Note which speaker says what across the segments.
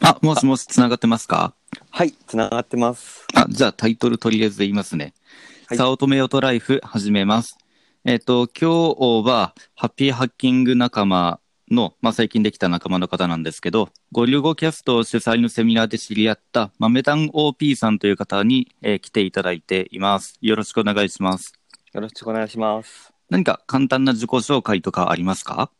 Speaker 1: あ、もしもし、つながってますか
Speaker 2: はい、つながってます。
Speaker 1: あ、じゃあタイトルとりあえず言いますね。
Speaker 2: はい
Speaker 1: 早乙女オトライフ始めます。えっ、と、今日は、ハッピーハッキング仲間の、まあ、最近できた仲間の方なんですけど、ゴリュゴキャスト主催のセミナーで知り合った、豆タン OP さんという方に、えー来ていただいています。よろしくお願いします。
Speaker 2: よろしくお願いします。
Speaker 1: 何か簡単な自己紹介とかありますか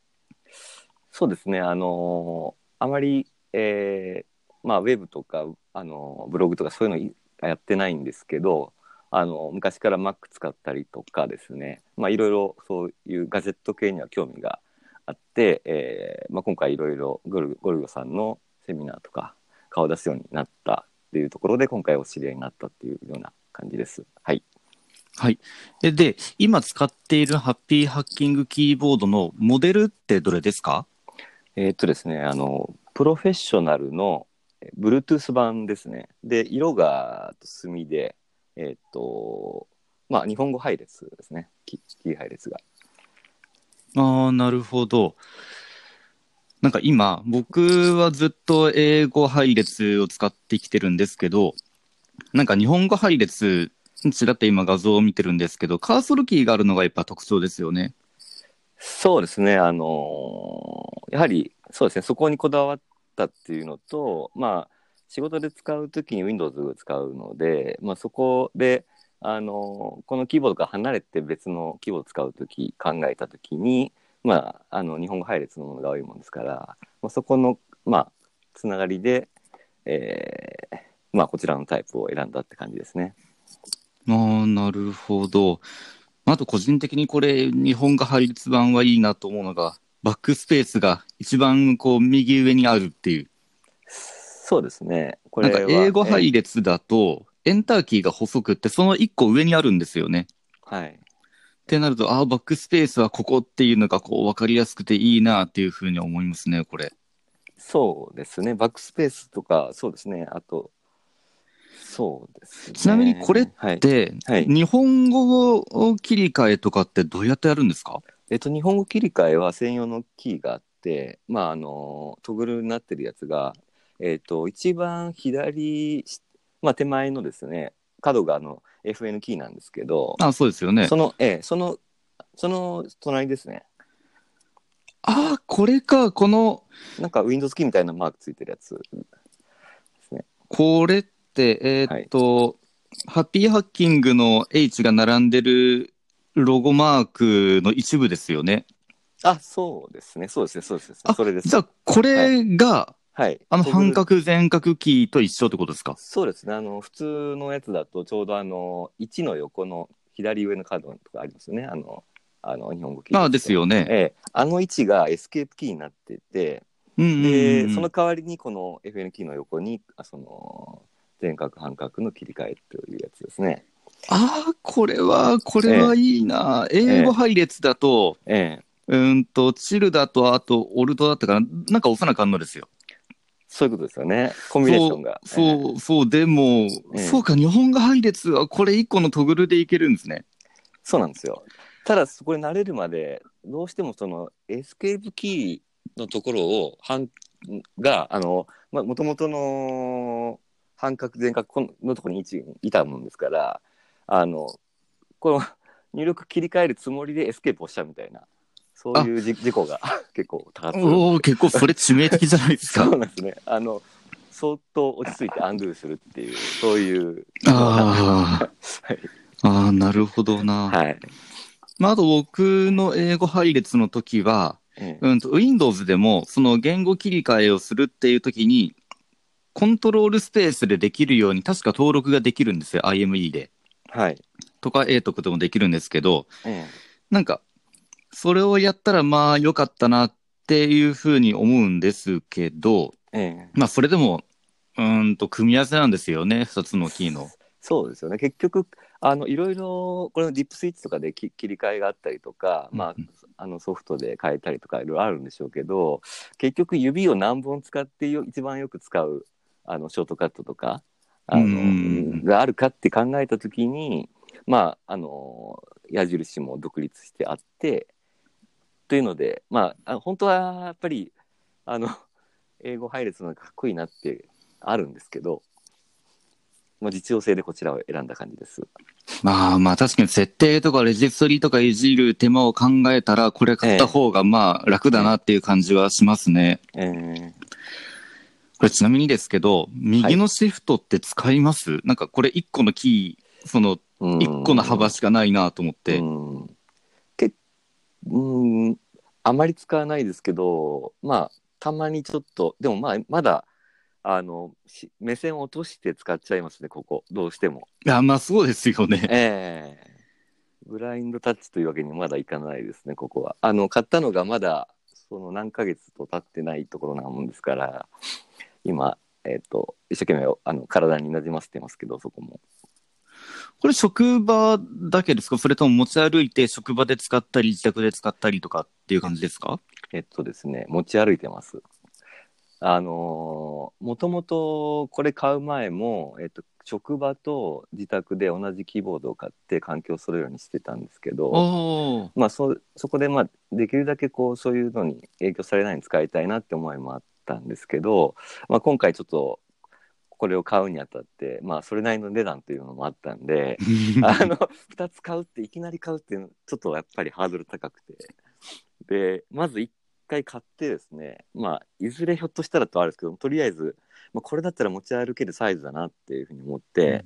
Speaker 2: そうですね、あのーあまり、えーまあ、ウェブとか、あのーブログとかそういうのいやってないんですけど、あのー昔から Mac 使ったりとかですね、まあ、いろいろそういうガジェット系には興味があって、えーまあ、今回いろいろゴルゴルゴさんのセミナーとか顔出すようになったっていうところで今回お知り合いになったっていうような感じです。はい。
Speaker 1: はい。えで、今使っているハッピーハッキングキーボードのモデルってどれですか
Speaker 2: えーっとですね、あの、プロフェッショナルのえー Bluetooth 版ですね。で、色が墨で、えーっと、まあ、日本語配列ですね。キキー配列が。
Speaker 1: ああ、なるほど。なんか今、僕はずっと英語配列を使ってきてるんですけど、なんか日本語配列、ちらっと今画像を見てるんですけど、カーソルキーがあるのがやっぱ特徴ですよね。
Speaker 2: そうですね、あのーやはり、そうですね、そこにこだわったっていうのと、まあ、仕事で使うときに Windows を使うので、まあ、そこで、あのーこのキーボードから離れて別のキーボードを使うとき、考えたときに、まあ、あの、日本語配列のものが多いもんですから、まあ、そこの、まあ、つながりで、えーまあ、こちらのタイプを選んだって感じですね。
Speaker 1: ああ、なるほど。あと個人的にこれ、日本が配列版はいいなと思うのが、バックスペースが一番こう右上にあるっていう。
Speaker 2: そうですね、こ
Speaker 1: な
Speaker 2: れ
Speaker 1: ん
Speaker 2: は
Speaker 1: か英語
Speaker 2: え
Speaker 1: 配列だと、エンターキーが細くって、その一個上にあるんですよね。
Speaker 2: ーはい。
Speaker 1: ってなると、ああ、バックスペースはここっていうのがこう分かりやすくていいなっていうふうに思いますね、これ。
Speaker 2: そうですね、バックスペースとか、そうですね、あと、そうですね。
Speaker 1: ちなみにこれっ
Speaker 2: はい、
Speaker 1: で、
Speaker 2: はい
Speaker 1: 日本語を切り替えとかってどうやってやるんですか
Speaker 2: えっと、日本語切り替えは専用のキーがあって、まあ、あの、トグルになってるやつが、えっと、一番左し、まあ、手前のですね、角があの、FN キーなんですけど、
Speaker 1: あそうですよね
Speaker 2: そ。の、ええ、その、その隣ですね、
Speaker 1: ああ、これか、この、
Speaker 2: なんか Windows キーみたいなマークついてるやつですね。
Speaker 1: これって、えーっと、ハッピーハッキングの H が並んでるロゴマークの一部ですよね。
Speaker 2: あ、そうですね、そうですね、そうですね、
Speaker 1: あ
Speaker 2: それです。
Speaker 1: じゃあ、これが、
Speaker 2: はい。
Speaker 1: あの、
Speaker 2: トグル
Speaker 1: 半角全角キーと一緒ってことですか
Speaker 2: そうですね。あの普通のやつだとちょうどあの1の横の左上のカードのとかありますよね。あのあの日本語キー。
Speaker 1: まあです。よね。
Speaker 2: ええ、あの位置がエスケープキーになってて、
Speaker 1: うんうんうん
Speaker 2: でその代わりにこの FN キーの横にあその全角半角の切り替えというやつですね。
Speaker 1: ああ、これは、これはいいな。
Speaker 2: え
Speaker 1: 英語配列だと、
Speaker 2: ええ、
Speaker 1: うーんと、チルだと、あと、オルトだったかな。なんか押さなあかんのですよ。
Speaker 2: そういうことですよね。コンビネーションが。ええ
Speaker 1: そう、そう、でも、
Speaker 2: ええ
Speaker 1: そうか、日本語配列はこれ一個のトグルでいけるんですね。
Speaker 2: そうなんですよ。ただそこに慣れるまでどうしてもそのエスケープキーのところを半があのもともとの半角全角こののところに位置にいたもんですからあのこの入力切り替えるつもりでエスケープをしたみたいなそういうじ事故が 結構多発
Speaker 1: おお、結構それ致命的じゃないです
Speaker 2: そ
Speaker 1: か。
Speaker 2: うなんですねあの相当落ち着いてアンドゥするっていうそういう
Speaker 1: あ
Speaker 2: はい
Speaker 1: あ、ああ、なるほどな。
Speaker 2: はい、
Speaker 1: まあ、あと僕の英語配列の時は、
Speaker 2: ええ
Speaker 1: うんと、Windows でもその言語切り替えをするっていう時に、コントロールスペースでできるように、確か登録ができるんですよ、IME で。
Speaker 2: はい、
Speaker 1: とか、A とかでもできるんですけど、
Speaker 2: ええ
Speaker 1: なんか、それをやったらまあ良かったなっていうふうに思うんですけど、
Speaker 2: ええ
Speaker 1: まあそれでも、うーんと、組み合わせなんですよね、二つのキーの。
Speaker 2: そうですよね結局あのいろいろこれのディップスイッチとかでき切り替えがあったりとか、まあ
Speaker 1: うん、
Speaker 2: あのソフトで変えたりとかいろいろあるんでしょうけど結局指を何本使ってよ一番よく使うあのショートカットとかあの、
Speaker 1: うんうんうん
Speaker 2: があるかって考えた時にまああの矢印も独立してあってというのでまああ本当はやっぱりあの英語配列の方がかっこいいなってあるんですけど、まあ、実用性でこちらを選んだ感じです。
Speaker 1: まあまあ確かに設定とかレジストリとかいじる手間を考えたらこれ買った方がまあ楽だなっていう感じはしますね。
Speaker 2: えー
Speaker 1: これちなみにですけど、右のシフトって使います、なんかこれ1個のキー、その
Speaker 2: うん
Speaker 1: 1個の幅しかないなと思って。
Speaker 2: うんけうんあまり使わないですけどまあたまにちょっとでもまあまだあのし目線を落として使っちゃいますねここどうしても
Speaker 1: いや、まあそうですよね。
Speaker 2: ええブラインドタッチというわけにまだいかないですねここはあの買ったのがまだその何ヶ月と経ってないところなもんですから今えっ、と一生懸命あの体になじませてますけどそこも
Speaker 1: これ職場だけですかそれとも持ち歩いて職場で使ったり自宅で使ったりとかっていう感じですか
Speaker 2: えっとですね、持ち歩いてます。あのー、もともとこれ買う前も、えっと、職場と自宅で同じキーボードを買って環境を揃えるようにしてたんですけど、
Speaker 1: おー
Speaker 2: まあ、そそこで、まあ、できるだけこうそういうのに影響されないように使いたいなって思いもあったんですけど、まあ、今回ちょっとこれを買うにあたって、まあ、それなりの値段というのもあったんで、 あの2つ買うっていきなり買うっていうのちょっとやっぱりハードル高くてでまず1回買ってですねまあいずれひょっとしたらとはあるんですけどとりあえず、まあ、これだったら持ち歩けるサイズだなっていうふうに思って、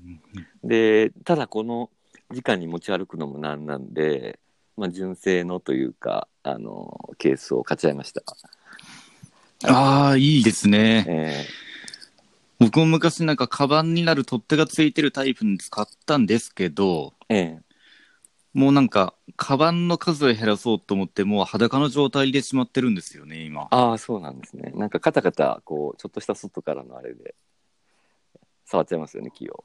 Speaker 2: でただこの時間に持ち歩くのもなんなんで、まあ、純正のというかあのケースを買っちゃいました、
Speaker 1: ああ、いいですね。
Speaker 2: え
Speaker 1: 僕も昔なんかカバンになる取っ手がついてるタイプに使ったんですけど、
Speaker 2: ーえ
Speaker 1: もうなんか、カバンの数を減らそうと思って、もう裸の状態でしまってるんですよね、今
Speaker 2: ー。ああそうなんですねなんかカタカタこうちょっとした外からのあれで触っちゃいますよね木を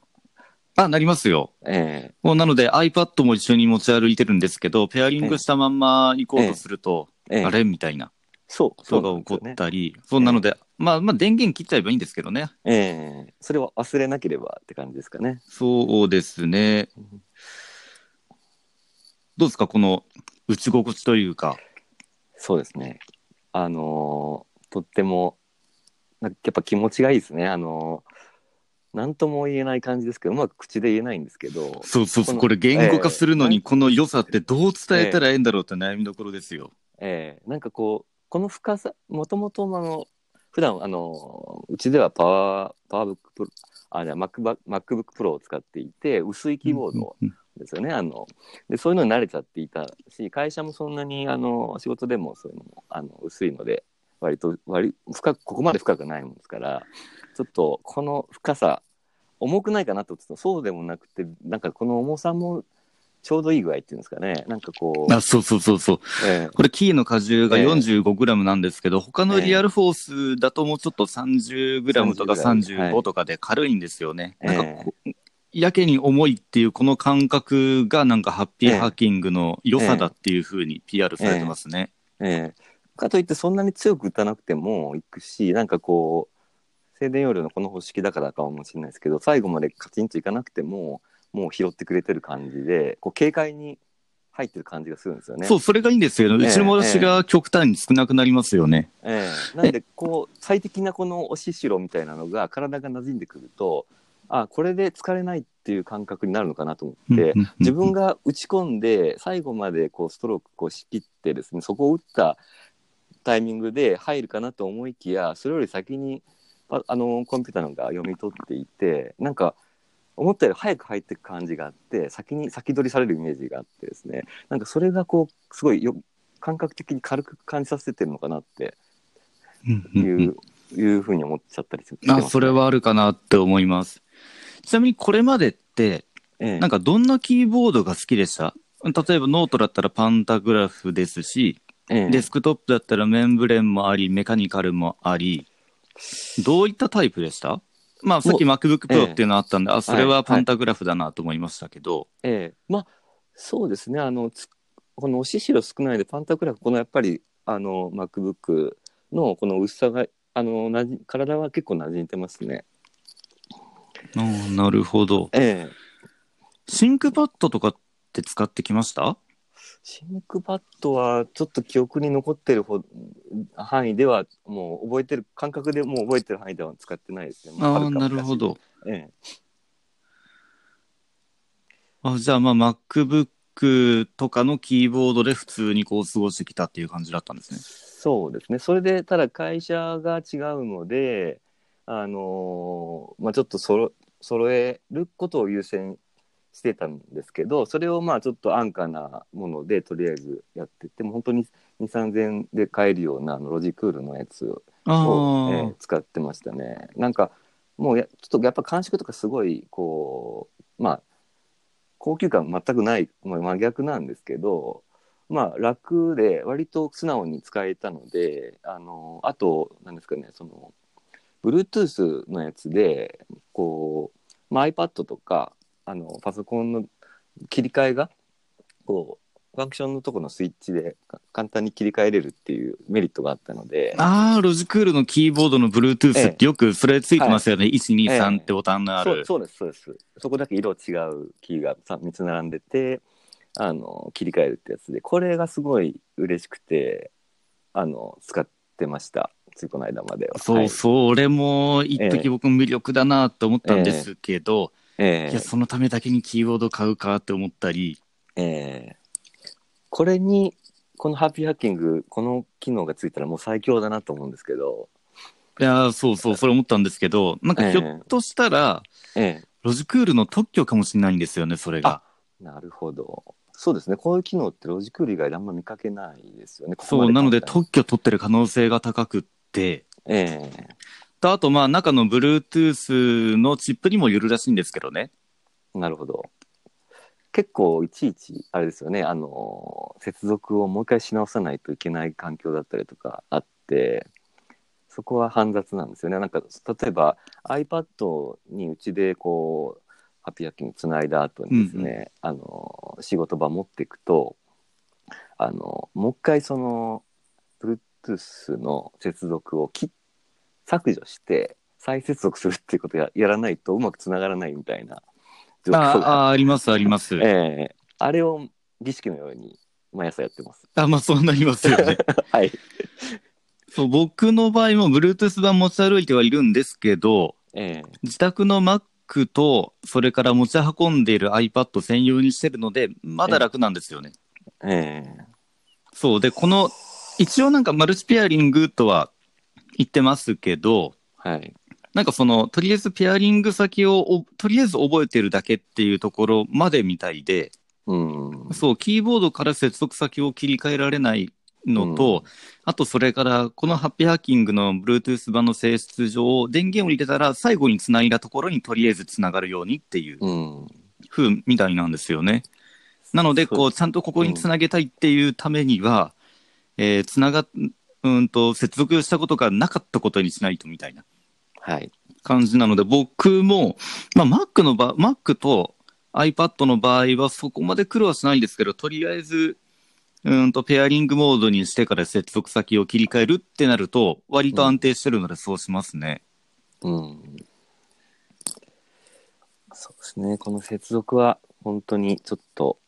Speaker 1: あ、なりますよ。
Speaker 2: え
Speaker 1: もうなので iPad も一緒に持ち歩いてるんですけど、ペアリングしたまんま行こうとすると、
Speaker 2: ーえー
Speaker 1: あれみたいな
Speaker 2: そう、
Speaker 1: こと
Speaker 2: な
Speaker 1: が
Speaker 2: ん
Speaker 1: 起
Speaker 2: です
Speaker 1: こ
Speaker 2: よね
Speaker 1: ったり、そうなので、まあまあ電源切っちゃえばいいんですけどね。
Speaker 2: ええそれは忘れなければって感じですかね。
Speaker 1: そうですね。どうですか、この打ち心地というか。
Speaker 2: そうですね。あのーとっても、なんかやっぱ気持ちがいいですね。あのーなんとも言えない感じですけど、うまく口で言えないんですけど、
Speaker 1: そうそうそう、
Speaker 2: こ
Speaker 1: これ言語化するの
Speaker 2: え
Speaker 1: に、
Speaker 2: え
Speaker 1: この良さってどう伝えたらええんだろうって悩みどころですよ。
Speaker 2: ええなんかこう、この深さ、もともと、あの、普段、あのーうちではパワー、パワーブックプロ、あ、じゃあ MacBook MacBook Pro を使っていて、薄いキーボードを
Speaker 1: うん
Speaker 2: ですよね。あのでそういうのに慣れちゃっていたし会社もそんなにあの仕事でもそういうのもあの薄いので割と割深くここまで深くないもんですからちょっとこの深さ重くないかなと思ってたそうでもなくてなんかこの重さもちょうどいい具合っていうんですかねなんかこう、
Speaker 1: あそうそうそうそう。
Speaker 2: え
Speaker 1: これキーの荷重が
Speaker 2: ええ
Speaker 1: 45g なんですけど、他の
Speaker 2: ええ
Speaker 1: リアルフォースだともうちょっと 30g とか
Speaker 2: 30
Speaker 1: 35とかで軽いんですよね。
Speaker 2: え
Speaker 1: なんかこうやけに重いっていうこの感覚がなんかハッピーハッキングの良さだっていうふうに PR されてますね。
Speaker 2: えええかといってそんなに強く打たなくてもいくしなんかこう静電容量のこの方式だからかもしれないですけど最後までカチンといかなくてももう拾ってくれてる感じでこう軽快に入ってる感じがするんですよね。
Speaker 1: そう、それがいいんですよね。
Speaker 2: ええ
Speaker 1: うちの私が極端に少なくなりますよね。
Speaker 2: ええなんでこう最適なこの押し代みたいなのが体が馴染んでくるとあこれで疲れないっていう感覚になるのかなと思って、
Speaker 1: うんうんうん
Speaker 2: 自分が打ち込んで最後までこうストロークこう仕切ってですねそこを打ったタイミングで入るかなと思いきやそれより先にああのコンピューターの方が読み取っていてなんか思ったより早く入っていく感じがあって先に先取りされるイメージがあってですねなんかそれがこうすごいよ感覚的に軽く感じさせてるのかなって
Speaker 1: うん
Speaker 2: い
Speaker 1: うんうん
Speaker 2: う、いうふうに思っちゃったりする、
Speaker 1: あ、それはあるかなって思います。ちなみにこれまでって、
Speaker 2: ええ
Speaker 1: なんかどんなキーボードが好きでした例えばノートだったらパンタグラフですし、
Speaker 2: ええ
Speaker 1: デスクトップだったらメンブレンもあり、メカニカルもあり、どういったタイプでしたまあさっき MacBook
Speaker 2: ええ
Speaker 1: Pro っていうのあったんで、あ、それはパンタグラフだなと思いましたけど、
Speaker 2: ええ、まあそうですねあのつこの押し代少ないでパンタグラフこのやっぱりあの MacBook のこの薄さがあのなじ体は結構馴染んでますね。
Speaker 1: うんなるほど。
Speaker 2: ええ、
Speaker 1: シンクパッドとかって使ってきました
Speaker 2: シンクパッドはちょっと記憶に残ってるほど範囲ではもう覚えてる感覚でもう覚えてる範囲では使ってないですね。ま
Speaker 1: ああ、
Speaker 2: 遥か
Speaker 1: な
Speaker 2: 昔
Speaker 1: るほ。ど。
Speaker 2: え
Speaker 1: あじゃあ、まあ、MacBook とかのキーボードで普通にこう過ごしてきたっていう感じだったんです
Speaker 2: え、
Speaker 1: ね。
Speaker 2: そうですね。それでただ会社が違うので、あのーまあちょっとそろ揃えることを優先してたんですけど、それをまあちょっと安価なものでとりあえずやってて、もう本当に2、3000で買えるようなあのロジクールのやつをを、え
Speaker 1: あ
Speaker 2: ー使ってましたね。なんかもうやちょっとやっぱ感触とかすごいこうまあ高級感全くない、まあ、真逆なんですけどまあ楽で割と素直に使えたのであのあとなんですかねその Bluetooth のやつでこう、まあ、iPad とかあのパソコンの切り替えがこうファンクションのとこのスイッチでか簡単に切り替えれるっていうメリットがあったので。
Speaker 1: あ。ああ、ロジクールのキーボードの
Speaker 2: え
Speaker 1: Bluetooth
Speaker 2: え
Speaker 1: ってよくそれついてますよね。123
Speaker 2: ええ
Speaker 1: ってボタンのある。
Speaker 2: そうそうですそうですそこだけ色違うキーが 3, つ並んでてあの切り替えるってやつでこれがすごい嬉しくてあの使ってましたついこの間までは
Speaker 1: そう、それも一時僕も魅力だなと思ったんですけど、
Speaker 2: はいえ
Speaker 1: いや、
Speaker 2: え
Speaker 1: そのためだけにキーボード買うかって思ったり、
Speaker 2: ええこれにこのハッピーハッキングこの機能がついたらもう最強だなと思うんですけど
Speaker 1: いやー、そうそう、それ思ったんですけど、なんかひょっとしたら、
Speaker 2: ええ
Speaker 1: ロジクールの特許かもしれないんですよね、それが。
Speaker 2: なるほどそうですねこういう機能ってロジクール以外であんま見かけないですよねここま
Speaker 1: そう、なので
Speaker 2: 簡単に
Speaker 1: 特許取ってる可能性が高くって、
Speaker 2: ええ
Speaker 1: とあと、まあ、中の Bluetooth のチップにもよるらしいんですけどね。
Speaker 2: なるほど。結構いちいちあれですよね。あの接続をもう一回し直さないといけない環境だったりとかあって、そこは煩雑なんですよね。なんか例えば iPad にうちでこうハッピーハッキングつないだ後にですね、あの仕事場持っていくと、あのもう一回その Bluetooth の接続を切っ削除して再接続するっていうことをややらないとうまくつながらないみたいな状
Speaker 1: あ
Speaker 2: 況が
Speaker 1: あ、あります、あります。
Speaker 2: ええあれを儀式のように毎朝やってます。
Speaker 1: あ、まあ、そうなりますよね。
Speaker 2: はい。
Speaker 1: そう、僕の場合も Bluetooth 版持ち歩いてはいるんですけど、
Speaker 2: ええ
Speaker 1: 自宅の Mac と、それから持ち運んでいる iPad 専用にしてるので、まだ楽なんですよね。
Speaker 2: え
Speaker 1: そう、で、この、一応なんかマルチペアリングとは言ってますけど、
Speaker 2: えはい。
Speaker 1: なんかその、とりあえずペアリング先をおとりあえず覚えてるだけっていうところまでみたいで、
Speaker 2: うん。
Speaker 1: そう、キーボードから接続先を切り替えられないのと、あとそれから、このハッピーハッキングの Bluetooth 版の性質上、電源を入れたら最後につないだところにとりあえずつながるようにっていう
Speaker 2: うん。
Speaker 1: 風みたいなんですよね。なので、こ、
Speaker 2: そう
Speaker 1: ちゃんとここにつなげたいっていうためには、えーつながっ、うんと、接続したことがなかったことにしないとみたいな。
Speaker 2: はい。
Speaker 1: 感じなので、僕も、まあ、Mac の場、Mac と iPad の場合はそこまで苦労はしないんですけど、とりあえず、うーんと、ペアリングモードにしてから接続先を切り替えるってなると、割と安定してるのでそうしますね。
Speaker 2: うん。そうですね。この接続は本当にちょっと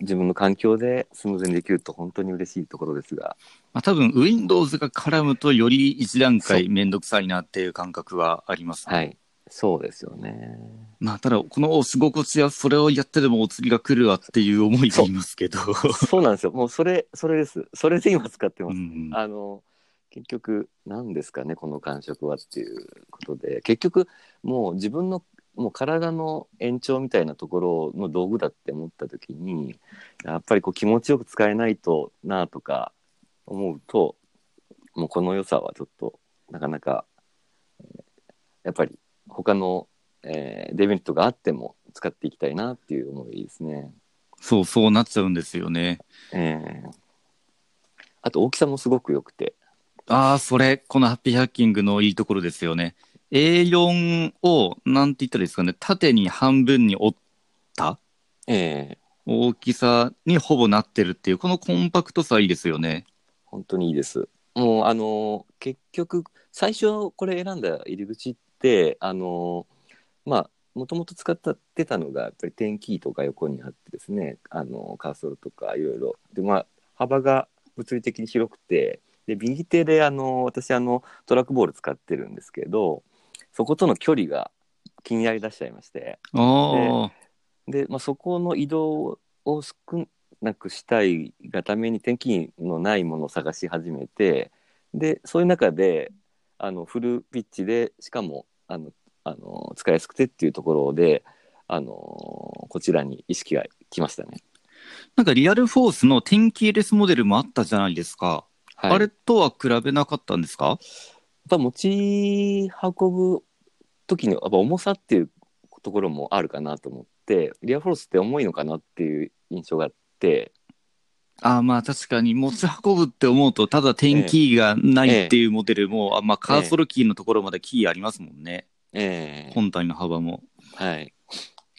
Speaker 2: 自分の環境でスムーズにできると本当に嬉しいところですが。
Speaker 1: まあ、多分、Windows が絡むとより一段
Speaker 2: そ
Speaker 1: 階めんどくさいなっていう感覚はあります。
Speaker 2: はい。そうですよね。
Speaker 1: まあ、ただ、このお仕心地はそれをやってでもお釣りが来るわっていう思いがありますけど。
Speaker 2: そうなんで すよ。もうそれ、それです。それで今使ってま
Speaker 1: う
Speaker 2: す。
Speaker 1: ん
Speaker 2: あの結局何ですかねこの感触はっていうことで結局もう自分のもう体の延長みたいなところの道具だって思った時にやっぱりこう気持ちよく使えないとなとか思うともうこの良さはちょっとなかなかえーやっぱり他の、えーデメリットがあっても使っていきたいなっていう思いですね。
Speaker 1: そうそうなっちゃうんですよね。
Speaker 2: えーあと大きさもすごく良くて。
Speaker 1: ああ、それ、このハッピーハッキングのいいところですよね。A4 を、なんて言ったらいいですかね、縦に半分に折った
Speaker 2: えー
Speaker 1: 大きさにほぼなってるっていう、このコンパクトさいいですよね。
Speaker 2: 本当にいいです。もうあの結局最初これ選んだ入り口ってあのまあもともと使ってたのがやっぱり点キーとか横にあってですねあのカーソルとかいろいろでまあ幅が物理的に広くてで右手であの私あのトラックボール使ってるんですけどそことの距離が気になりだしちゃいまして
Speaker 1: おー
Speaker 2: で、まあ、そこの移動を少なくしたいがために天気のないものを探し始めてでそういう中であのフルピッチでしかもあのあの使いやすくてっていうところであのこちらに意識が来ましたね。
Speaker 1: なんかリアルフォースの天気レスモデルもあったじゃないですか。
Speaker 2: はい、
Speaker 1: あれとは比べなかったんですか
Speaker 2: やっぱ持ち運ぶ時のやっぱ重さっていうところもあるかなと思ってリアフォロスって重いのかなっていう印象があって
Speaker 1: ああまあ確かに持ち運ぶって思うとただ点キーがないっていうモデルも、あまあカーソルキーのところまでキーありますもんね、
Speaker 2: ええ
Speaker 1: 本体の幅も
Speaker 2: はい、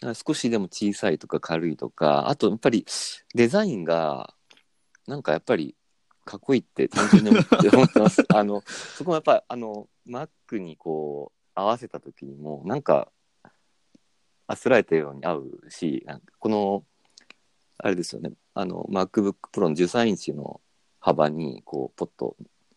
Speaker 2: だから少しでも小さいとか軽いとかあとやっぱりデザインがなんかやっぱりかっこいいって単純に思って思ってますあのそこもやっぱあの Mac にこう合わせた時にもなんかあすられたように合うしなんかこのあれですよねあの MacBook Pro の13インチの幅にこうポッと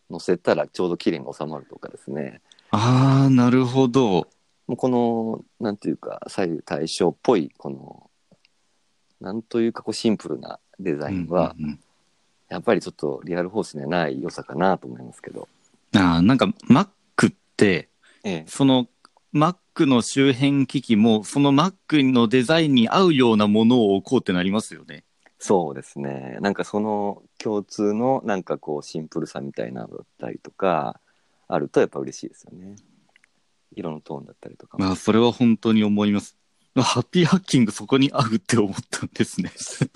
Speaker 2: 乗せたらちょうど綺麗に収まるとかですね
Speaker 1: ああなるほど
Speaker 2: もうこの、なんていうか、左右対称っぽい、この、なんというか、こう、シンプルなデザインは、
Speaker 1: うんうんうん
Speaker 2: やっぱりちょっとリアルホースにはない良さかなと思いますけど。
Speaker 1: ああなんか Mac って
Speaker 2: ええ。
Speaker 1: その Mac の周辺機器もその Mac のデザインに合うようなものを置こうってなりますよね
Speaker 2: そうですね。なんかその共通の、なんかこう、シンプルさみたいなのだったりとか、あるとやっぱ嬉しいですよね。色のトーンだったりとかも。
Speaker 1: まあそれは本当に思いますハッピーハッキングそこに合うって思ったんですね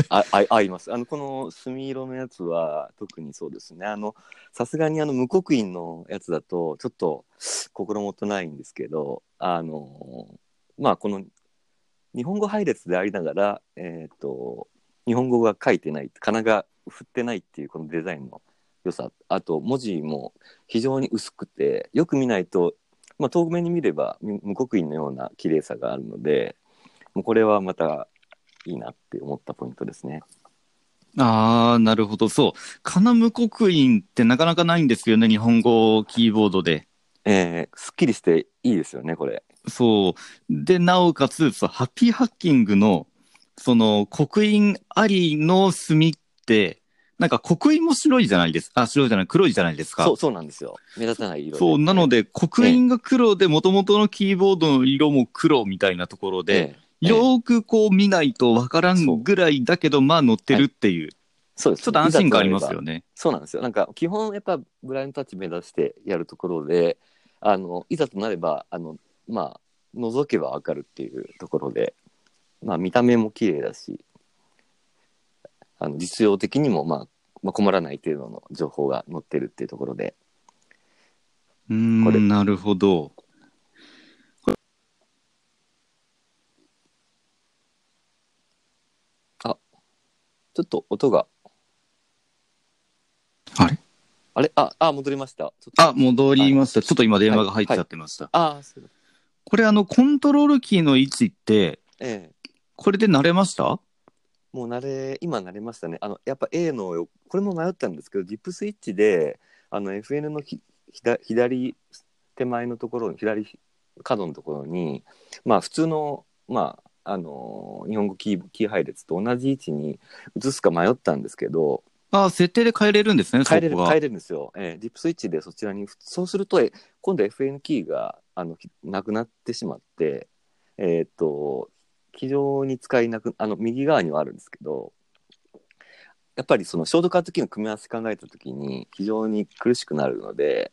Speaker 2: あ、あ、合います。あの、この墨色のやつは特にそうですね。あの、さすがにあの無刻印のやつだと、ちょっと心もとないんですけど、あの、まあ、この日本語配列でありながら、えっ、と、日本語が書いてない、かなが振ってないっていうこのデザインの良さ、あと文字も非常に薄くて、よく見ないと、まあ、遠目に見れば無無刻印のような綺麗さがあるので、もうこれはまたいいなって思ったポイントですね。
Speaker 1: ああなるほどそうカナム刻印ってなかなかないんですよね日本語キーボードで
Speaker 2: えー、すっきりしていいですよね、これ。
Speaker 1: そう。で、なおかつ、そうハッピーハッキングの、その、刻印ありの墨って、なんか刻印も白いじゃないですか。あ、白いじゃない、黒いじゃないですか。
Speaker 2: そう、そうなんですよ。目立たない色
Speaker 1: そうなの
Speaker 2: で、
Speaker 1: で、刻印が黒で、元々のキーボードの色も黒みたいなところ
Speaker 2: え
Speaker 1: で、
Speaker 2: ええ
Speaker 1: よーくこう見ないとわからんぐらいだけど、まあ乗ってるっていう、
Speaker 2: そうです。
Speaker 1: ちょっと安心感あります
Speaker 2: いざとなれば
Speaker 1: よね。
Speaker 2: そうなんですよ。なんか、基本、やっぱ、ブラインドタッチ目指してやるところで、あの、いざとなれば、あの、まあ、覗けばわかるっていうところで、まあ、見た目も綺麗だし、あの、実用的にも、まあ、まあ、困らない程度の情報が載ってるっていうところで、
Speaker 1: うーん、
Speaker 2: これ
Speaker 1: なるほど。
Speaker 2: ちょっと音が、
Speaker 1: あれ
Speaker 2: あれあ、あ、戻りました。ちょっと
Speaker 1: あ、戻りました。ちょっと今電話が入っちゃってました。
Speaker 2: あ、そうだ
Speaker 1: これあの、コントロールキーの位置って、
Speaker 2: ええ
Speaker 1: これで慣れました
Speaker 2: もう慣れ今慣れましたねあのやっぱ A のよこれも迷ったんですけどジップスイッチであの FN のひひだ左手前のところ左角のところにまあ普通のまああのー日本語キーキー配列と同じ位置に移すか迷ったんですけど
Speaker 1: あー設定で変えれるんですね、
Speaker 2: 変えれる
Speaker 1: そこが
Speaker 2: 変えれるんですよ、ええ、ジップスイッチでそちらにそうするとえ今度 FN キーがあのひなくなってしまってえーっと非常に使いなくあの右側にはあるんですけどやっぱりそのショートカットキーの組み合わせ考えた時に非常に苦しくなるので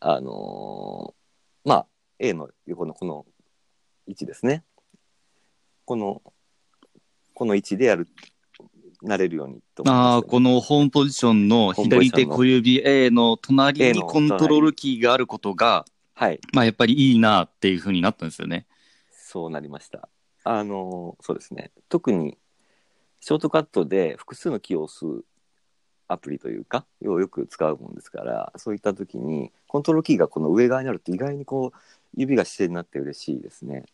Speaker 2: あのーまあ A の横のこの位置ですねこのこの位置でやるなれるようにと思います
Speaker 1: ああ、
Speaker 2: ね
Speaker 1: このホームポジションの左手小指 A の隣
Speaker 2: A
Speaker 1: に
Speaker 2: の
Speaker 1: コントロールキーがあることが、
Speaker 2: はい
Speaker 1: まあやっぱりいいなっていうふうになったんですよね。
Speaker 2: そうなりました。あのそうですね特にショートカットで複数のキーを押すアプリというかをよく使うもんですからそういった時にコントロールキーがこの上側にあると意外にこう指が自然になって嬉しいですね。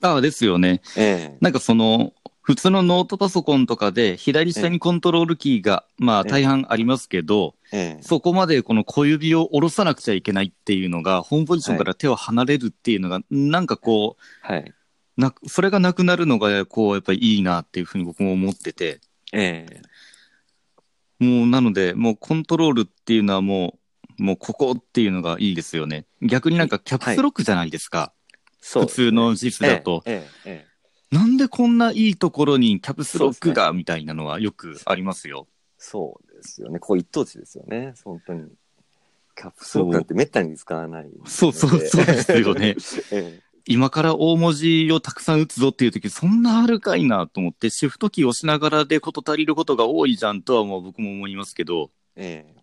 Speaker 1: ああ、ですよね。
Speaker 2: ええ
Speaker 1: なんかその、普通のノートパソコンとかで、左下にコントロールキーが、まあ
Speaker 2: ええ
Speaker 1: 大半ありますけど、
Speaker 2: ええ
Speaker 1: そこまでこの小指を下ろさなくちゃいけないっていうのが、ホームポジションから手を離れるっていうのが、なんかこ
Speaker 2: はい。
Speaker 1: う、なくそれがなくなるのが、こう、やっぱりいいなっていうふうに僕も思ってて、
Speaker 2: ええ
Speaker 1: もうなので、もうコントロールっていうのはもう、もうここっていうのがいいですよね。逆になんかキャプスロックじゃないですか。
Speaker 2: そう
Speaker 1: 普通の JIS だと、
Speaker 2: ええええ
Speaker 1: なんでこんないいところにキャプスロックがみたいなのはよくありますよ。
Speaker 2: そうですよね。ここ一等地ですよね。本当に。キャップスロックなんてめったに使わない、
Speaker 1: そうそうそうですよね。
Speaker 2: え
Speaker 1: 今から大文字をたくさん打つぞっていう時、そんなあるかいなと思って、シフトキーを押しながらでこと足りることが多いじゃんとはもう僕も思いますけど、
Speaker 2: ええ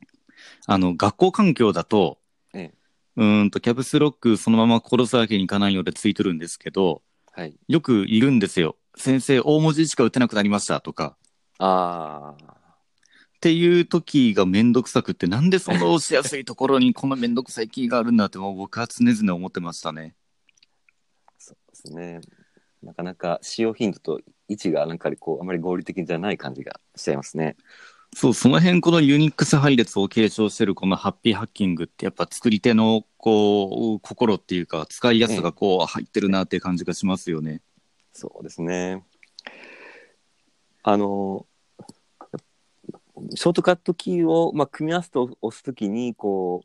Speaker 1: あの、学校環境だと、
Speaker 2: ええ
Speaker 1: うーんと、キャプスロックそのまま殺すわけにいかないのでついてるんですけど、
Speaker 2: えはい。
Speaker 1: よくいるんですよ。先生、大文字しか打てなくなりましたとか。
Speaker 2: あ
Speaker 1: っ
Speaker 2: あ。
Speaker 1: ていう時がめんどくさくって、なんでその押しやすいところにこのめんどくさいキーがあるんだって、もう僕は常々思ってましたね。
Speaker 2: そうですね。なかなか使用頻度と位置がなんかこうあまり合理的じゃない感じがしちゃいますね。
Speaker 1: そう、その辺このユニックス配列を継承してるこのハッピーハッキングって、やっぱ作り手のこう、心っていうか、使いやすさがこう入ってるなっていう感じがしますよね。
Speaker 2: そうですね。あの、ショートカットキーを、まあ、組み合わせて押すときに、こ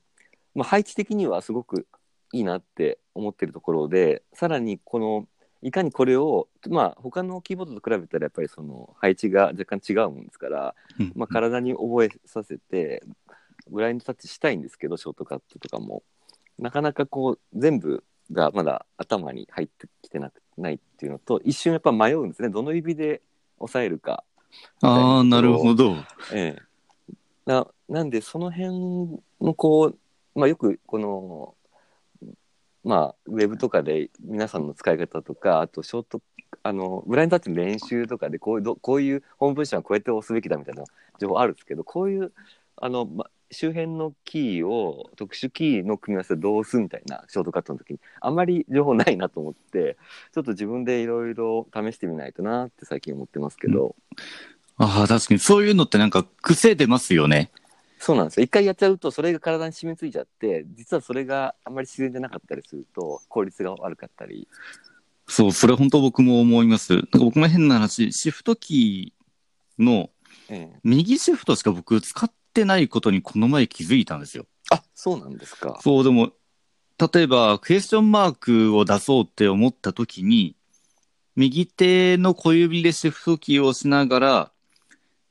Speaker 2: う、まあ、配置的にはすごくいいなって思ってるところで、さらにこの、いかにこれを、まあ、他のキーボードと比べたら、やっぱりその配置が若干違うもんですから、
Speaker 1: うん
Speaker 2: まあ、体に覚えさせて、ブラインドタッチしたいんですけど、ショートカットとかも。なかなかこう、全部がまだ頭に入ってきてなくないっていうのと、一瞬やっぱ迷うんですね。どの指で押さえるか。
Speaker 1: ああ、なるほど。
Speaker 2: ええ、ななんでその辺のこう、まあ、よくこの、まあ、ウェブとかで皆さんの使い方とかあとショートあのブラインドタッチの練習とかでこういうどこういうホーム文章はこうやって押すべきだみたいな情報あるんですけどこういうあの、ま、周辺のキーを特殊キーの組み合わせをどう押すみたいなショートカットの時にあんまり情報ないなと思ってちょっと自分でいろいろ試してみないとなって最近思ってますけど。
Speaker 1: ああ、確かに。そういうのってなんか癖出ますよね。
Speaker 2: そうなんですよ一回やっちゃうとそれが体に染みついちゃって実はそれがあんまり自然じゃなかったりすると効率が悪かったり
Speaker 1: そう、それ本当僕も思います。なんか僕も変な話、シフトキーの
Speaker 2: ええ
Speaker 1: 右シフトしか僕使ってないことにこの前気づいたんですよ。
Speaker 2: あそうなんですか
Speaker 1: そう、でも、例えばクエスチョンマークを出そうって思った時に、右手の小指でシフトキーを押しながら、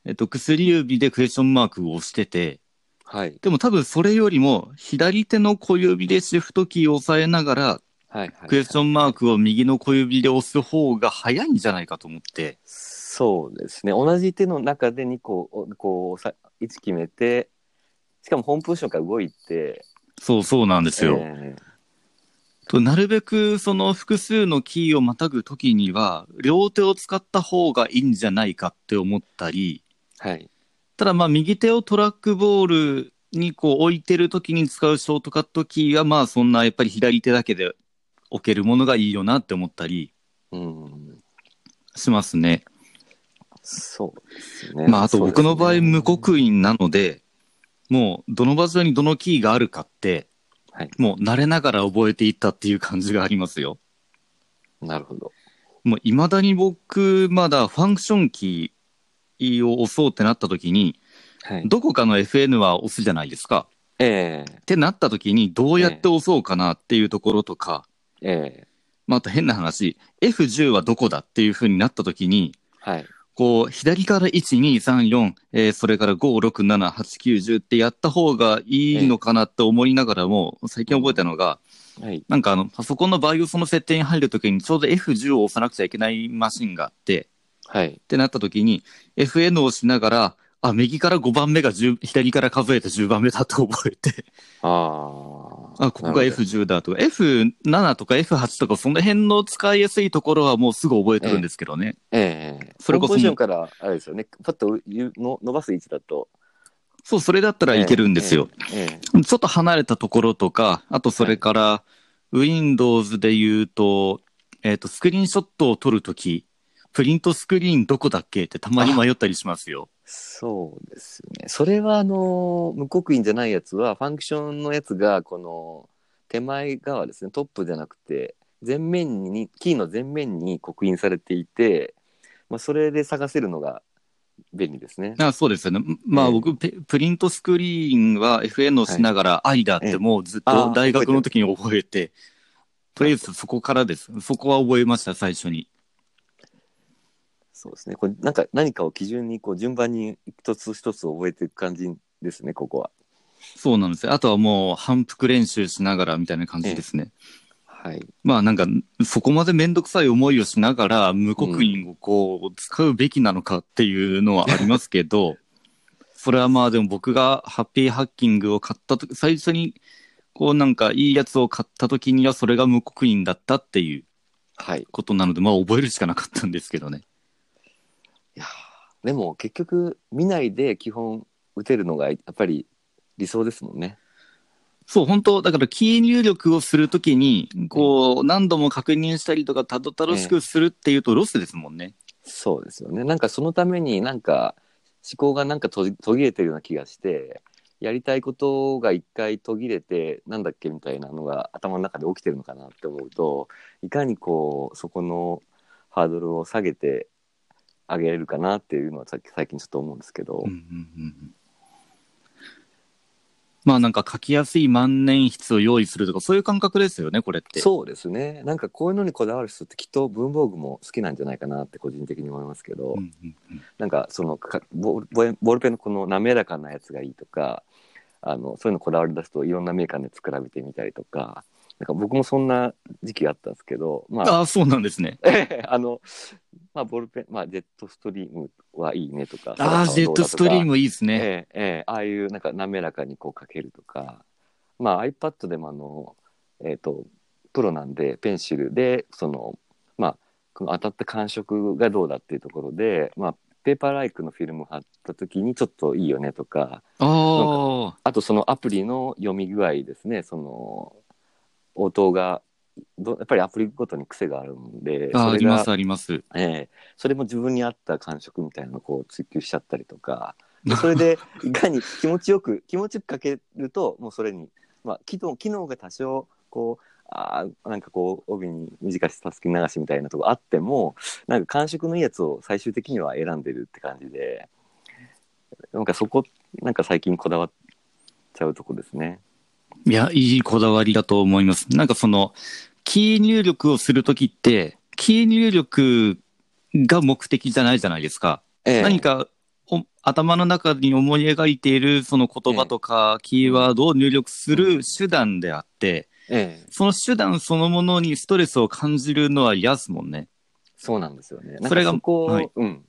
Speaker 1: えっと、薬指でクエスチョンマークを押してて、
Speaker 2: はい
Speaker 1: でも多分それよりも左手の小指でシフトキーを押さえながら、
Speaker 2: はいはい
Speaker 1: クエスチョンマークを右の小指で押す方が早いんじゃないかと思って。
Speaker 2: そうですね同じ手の中で2個をこうさ位置決めてしかもホームポジションから動いて
Speaker 1: そうそうなんですよ。
Speaker 2: ええ
Speaker 1: となるべくその複数のキーをまたぐときには、両手を使った方がいいんじゃないかって思ったり、
Speaker 2: はい
Speaker 1: ただまあ右手をトラックボールにこう置いてるときに使うショートカットキーはまあそんなやっぱり左手だけで置けるものがいいよなって思ったり
Speaker 2: うん
Speaker 1: しますね。
Speaker 2: そうですね
Speaker 1: まああと僕の場合無
Speaker 2: 国
Speaker 1: 刻印なので、もうどの場所にどのキーがあるかって、
Speaker 2: はい
Speaker 1: もう慣れながら覚えていったっていう感じがありますよ。
Speaker 2: なるほど
Speaker 1: もういまだに僕、まだファンクションキーを押そうってなった時に、
Speaker 2: はい
Speaker 1: どこかの FN は押すじゃないですか。
Speaker 2: ええ
Speaker 1: ってなった時に、どうやって押そうかなっていうところとか、
Speaker 2: ええ
Speaker 1: まあ、あと変な話、F10 はどこだっていう風になった時に、
Speaker 2: はい
Speaker 1: こう、左から1、2、3、4、えーそれから5、6、7、8、9、10ってやった方がいいのかなって思いながらも、最近覚えたのが、
Speaker 2: はい
Speaker 1: なんかあの、パソコンの場合をその設定に入るときに、ちょうど F10 を押さなくちゃいけないマシンがあって、
Speaker 2: はい
Speaker 1: ってなった時に FN を押しながらあ右から5番目が10左から数えて10番目だと覚えて
Speaker 2: あ あ
Speaker 1: あここが
Speaker 2: なるほど
Speaker 1: F10 だとか F7 とか F8 とかその辺の使いやすいところはもうすぐ覚えてるんですけどね、
Speaker 2: ええ
Speaker 1: それこそ
Speaker 2: ホームポジションからあれですよねパッとゆの伸ばす位置だと
Speaker 1: そうそれだったらいけるんですよ、、
Speaker 2: ええ
Speaker 1: ちょっと離れたところとかあとそれから Windows で言うとえっ、と、スクリーンショットを撮るとき、プリントスクリーンどこだっけってたまに迷ったりしますよ。
Speaker 2: そうですね。それはあの無刻印じゃないやつはファンクションのやつがこの手前側ですねトップじゃなくて前面にキーの前面に刻印されていて、まあ、それで探せるのが便利ですね。
Speaker 1: あそうですよね。まあ、
Speaker 2: うん
Speaker 1: 僕、ペプリントスクリーンは FN をしながら、愛だってもうずっ
Speaker 2: あ
Speaker 1: と
Speaker 2: ー
Speaker 1: 大学の時に覚えて、とりあえずそこからです。そこは覚えました、最初に。
Speaker 2: そうですね。これなんか何かを基準にこう順番に一つ一つ覚えていく感じですねここは。
Speaker 1: そうなんですよあとはもう反復練習しながらみたいな感じですね。
Speaker 2: はい。
Speaker 1: まあなんか、そこまでめんどくさい思いをしながら、無刻印をこう、使うべきなのかっていうのはありますけど、それはまあでも僕がハッピーハッキングを買ったとき、最初に、こうなんかいいやつを買った時にはそれが無刻印だったっていう
Speaker 2: はい。
Speaker 1: ことなので、まあ覚えるしかなかったんですけどね。
Speaker 2: いやーでも結局見ないで基本打てるのがやっぱり理想ですもんね。
Speaker 1: そう、本当だからキー入力をするときに、こう、何度も確認したりとか、たどたどしくするっていうとロスですもんね。
Speaker 2: そうですよね。なんかそのためになんか思考がなんかと途切れてるような気がしてやりたいことが一回途切れてなんだっけみたいなのが頭の中で起きてるのかなって思うといかにこうそこのハードルを下げてあげれるかなっていうのはさっき最近ちょっと思うんですけど、
Speaker 1: うんうんうんうんまあなんか書きやすい万年筆を用意するとかそういう感覚ですよねこれって
Speaker 2: そうですねなんかこういうのにこだわる人ってきっと文房具も好きなんじゃないかなって個人的に思いますけ
Speaker 1: ん
Speaker 2: ど。
Speaker 1: うんうん
Speaker 2: なんかそのかボールボールボールペンのこの滑らかなやつがいいとかあのそういうのこだわり出すといろんなメーカーのやつ比べてみたりとかなんか僕もそんな時期があったんですけどまあ
Speaker 1: ああそうなんですね
Speaker 2: あの、まあ、ボールペン、まあ、ジェットストリームはいいねとか
Speaker 1: ああジェットストリー
Speaker 2: ム
Speaker 1: ムいいですね、
Speaker 2: ええええああいうなんか滑らかにこうかけるとか、まあ、iPad でもあの、えっとプロなんでペンシルでその、まあ、この当たった感触がどうだっていうところで、まあ、ペーパーライクのフィルム貼った時にちょっといいよねとか
Speaker 1: ああ
Speaker 2: あとそのアプリの読み具合ですねその応答がどやっぱりアプリごとに癖があるんで
Speaker 1: ああ
Speaker 2: そ
Speaker 1: あ
Speaker 2: れ
Speaker 1: り
Speaker 2: が
Speaker 1: ますあります
Speaker 2: ええそれも自分に合った感触みたいなのをこう追求しちゃったりと かでそれでいかに気持ちよく気持ちよくかけるともうそれに、まあ、機能機能が多少こうあーなんかこう帯に短しさすき流しみたいなとこあってもなんか感触のいいやつを最終的には選んでるって感じでなんかそこなんか最近こだわっちゃうとこですね。
Speaker 1: いやいいこだわりだと思いますなんかそのキー入力をするときってキー入力が目的じゃないじゃないですか
Speaker 2: ええ
Speaker 1: 何かお頭の中に思い描いているその言葉とかキーワードを入力する手段であって、
Speaker 2: ええ
Speaker 1: その手段そのものにストレスを感じるのは嫌ですもんね。
Speaker 2: そうなんですよね。
Speaker 1: それが
Speaker 2: なんかそこ、
Speaker 1: はい
Speaker 2: うん。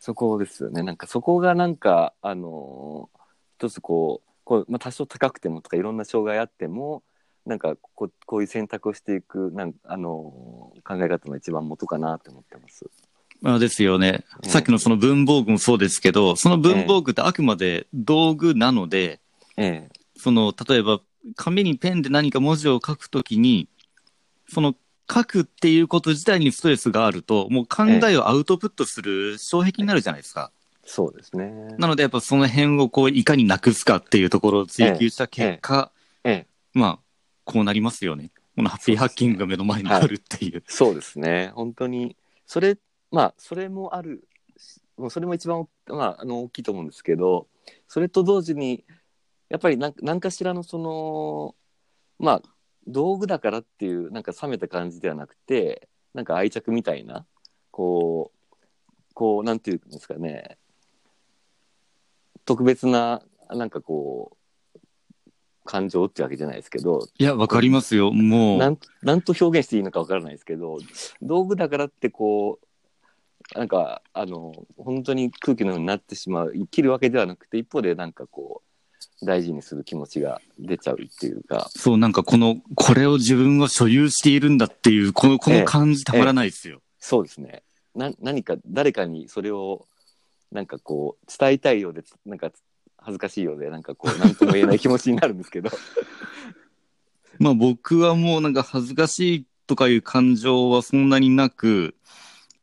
Speaker 2: そこですよね。なんかそこがなんか、あのー一つこう、こうまあ、多少高くてもとかいろんな障害あっても、なんかこうこういう選択をしていくなんあのー考え方の一番元かなって思ってます。
Speaker 1: まあ、ですよね。
Speaker 2: うん
Speaker 1: さっきのその文房具もそうですけど、その文房具ってあくまで道具なので、
Speaker 2: ええ
Speaker 1: その、例えば紙にペンで何か文字を書くときに、その書くっていうこと自体にストレスがあると、もう考えをアウトプットする障壁になるじゃないですか。
Speaker 2: そうですね。
Speaker 1: なのでやっぱその辺をこういかになくすかっていうところを追求した結果、
Speaker 2: ええええ
Speaker 1: まあこうなりますよね。このハッピーハッキングが目の前にあるっていう。
Speaker 2: そうですね。本当に、それ、まあ、それもあるし、もうそれも一番、まあ、あの、大きいと思うんですけど、それと同時に、やっぱりなん何かしらのその、まあ、道具だからっていう、なんか冷めた感じではなくて、なんか愛着みたいな、こう、こう、なんていうんですかね、特別な、なんかこう、感情ってわけじゃないですけど、
Speaker 1: いや、わかりますよ。もう。
Speaker 2: なんなんと表現していいのかわからないですけど道具だからってこうなんかあの本当に空気のようになってしまう生きるわけではなくて一方でなんかこう大事にする気持ちが出ちゃうっていうか
Speaker 1: そう、なんかこの、これを自分は所有しているんだっていう、この、こ
Speaker 2: え
Speaker 1: の
Speaker 2: え
Speaker 1: 感じたまらないですよ。
Speaker 2: そうですねな何か誰かにそれをなんかこう伝えたいようでなんか恥ずかしいようでなんかこう何とも 言えない気持ちになるんですけど
Speaker 1: まあ僕はもうなんか恥ずかしいとかいう感情はそんなになく、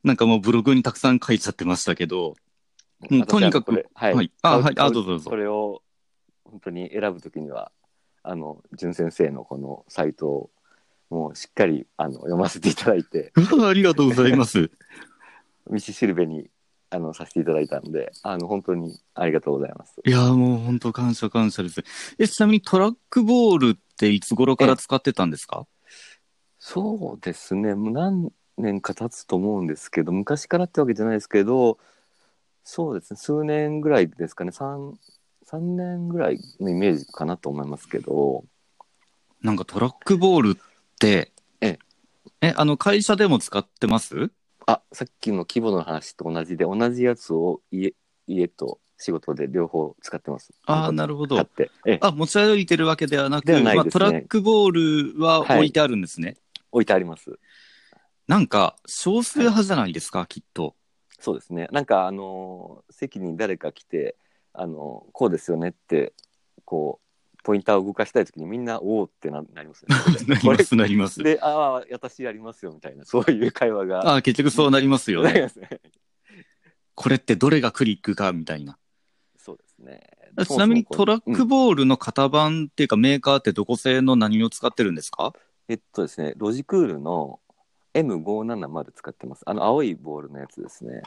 Speaker 1: なんかもうブログにたくさん書いちゃってましたけど、 うん
Speaker 2: あ
Speaker 1: とにかく
Speaker 2: これはい、
Speaker 1: はいあはい
Speaker 2: これ
Speaker 1: あどうぞどうぞ
Speaker 2: これを本当に選ぶときにはあの淳先生のこのサイトをもうしっかりあの読ませていただいて
Speaker 1: うわありがとうございます。
Speaker 2: 道しるべにあのさせていただいたのであの本当にありがとうございます。
Speaker 1: いやーもう本当感謝感謝です。え、ちなみにトラックボールっていつ頃から使ってたんですか
Speaker 2: そうですねもう何年か経つと思うんですけど昔からってわけじゃないですけどそうですね数年ぐらいですかね 3, 3年ぐらいのイメージかなと思いますけど
Speaker 1: なんかトラックボールって、
Speaker 2: え
Speaker 1: え、あの会社でも使ってます
Speaker 2: あさっきの規模の話と同じで同じやつを家家と仕事で両方使ってます。
Speaker 1: ああ、なるほ
Speaker 2: 買っ
Speaker 1: ど。
Speaker 2: てええ
Speaker 1: あ、持ち歩いてるわけではなく、
Speaker 2: ではない
Speaker 1: まあ、
Speaker 2: です
Speaker 1: トラ
Speaker 2: ね
Speaker 1: ックボールは置いてあるんですね。
Speaker 2: 置いてあります。
Speaker 1: なんか少数派じゃないですか、きっと。
Speaker 2: そうですねなんかあのー席に誰か来てあのーこうですよねってこうポインターを動かしたい時にみんなおおってななりますよ
Speaker 1: な
Speaker 2: ね。
Speaker 1: ります、なり ます。
Speaker 2: で、ああ、私やりますよみたいな、そういう会話が。
Speaker 1: あー結局そうなりますよ
Speaker 2: なり
Speaker 1: ね。
Speaker 2: ますね。
Speaker 1: これってどれがクリックかみたいな。
Speaker 2: そうですね。
Speaker 1: ちなみに
Speaker 2: そも
Speaker 1: ト
Speaker 2: そもこう
Speaker 1: ラックボールの型番っていうかメーカーってどこ製の何を使ってるんですか
Speaker 2: えっとですね、ロジクールの M570 使ってます。あの、青いボールのやつですね。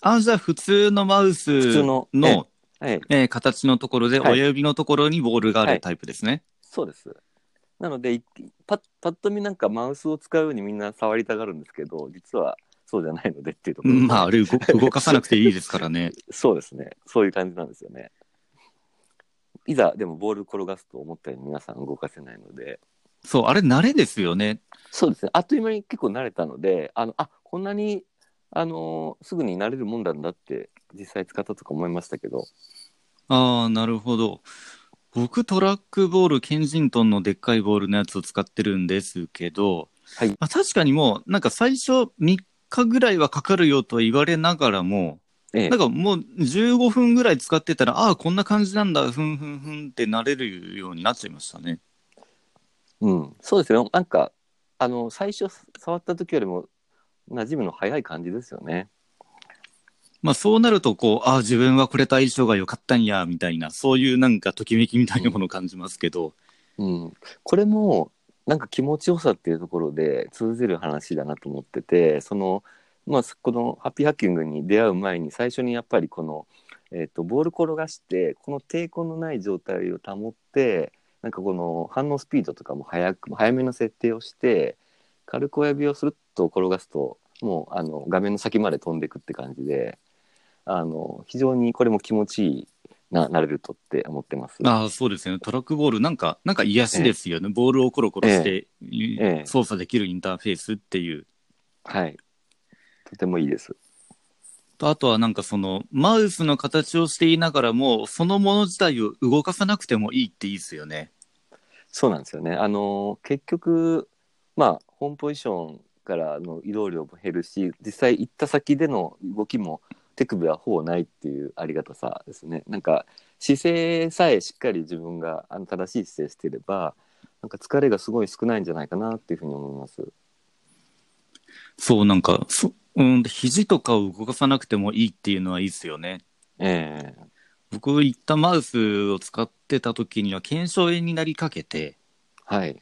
Speaker 1: あ、じゃあ普通のマウス
Speaker 2: 普通の
Speaker 1: の、
Speaker 2: はい、
Speaker 1: えー形のところで
Speaker 2: はい
Speaker 1: 親指のところにボールがあ
Speaker 2: は
Speaker 1: る
Speaker 2: い
Speaker 1: タイプですね。
Speaker 2: そうです。なので、いパッパッと見なんかマウスを使うようにみんな触りたがるんですけど、実はそうじゃないのでっていうところ。
Speaker 1: うんまあ、あれ動 動かさなくていいですからね。
Speaker 2: そうですね。そういう感じなんですよね。いざ、でもボール転がすと思ったように皆さん動かせないので、
Speaker 1: そう、あれ慣れですよね。
Speaker 2: そうですね。あっという間に結構慣れたので、あのあこんなにあのーすぐに慣れるもんだんだって実際使ったとか思いましたけど、
Speaker 1: ああ、なるほど。僕、トラックボール、ケンジントンのでっかいボールのやつを使ってるんですけど、
Speaker 2: はい
Speaker 1: まあ、確かにもう、なんか最初3日ぐらいはかかるよとは言われながらも、
Speaker 2: ええ
Speaker 1: なんかもう15分ぐらい使ってたら、ああ、こんな感じなんだ、ふんふんふんって慣れるようになっちゃいましたね。
Speaker 2: うん、そうですね。なんかあの最初触った時よりも馴染むの早い感じですよね。
Speaker 1: まあそうなると、こう、ああ、自分はこれと相性が良かったんや、みたいな、そういうなんかときめきみたいなものを感じますけど、
Speaker 2: うん、これもなんか気持ちよさっていうところで通ずる話だなと思っててその、まあ、このハッピーハッキングに出会う前に最初にやっぱりこの、えっとボール転がしてこの抵抗のない状態を保ってなんかこの反応スピードとかも早く早めの設定をして軽く親指をスルッと転がすともうあの画面の先まで飛んでいくって感じであの非常にこれも気持ちいいななれるとって思ってます。
Speaker 1: ああ、そうですよね。トラックボール、なんか、なんか癒しですよね。ボールをコロコロして、
Speaker 2: ええ
Speaker 1: 操作できるインターフェースっていう。
Speaker 2: はいとてもいいです。
Speaker 1: とあとはなんかその、マウスの形をしていながらも、そのもの自体を動かさなくてもいいっていいですよね。
Speaker 2: そうなんですよね。あの結局まあホームポジションからの移動量も減るし実際行った先での動きも手首はほぼないっていうありがたさですね。なんか姿勢さえしっかり自分があの正しい姿勢していればなんか疲れがすごい少ないんじゃないかなっていうふうに思います。
Speaker 1: そう、なんか、そうん、肘とかを動かさなくてもいいっていうのはいいですよね。
Speaker 2: ええ
Speaker 1: 僕、一旦マウスを使ってた時には、腱鞘炎になりかけて、
Speaker 2: はい。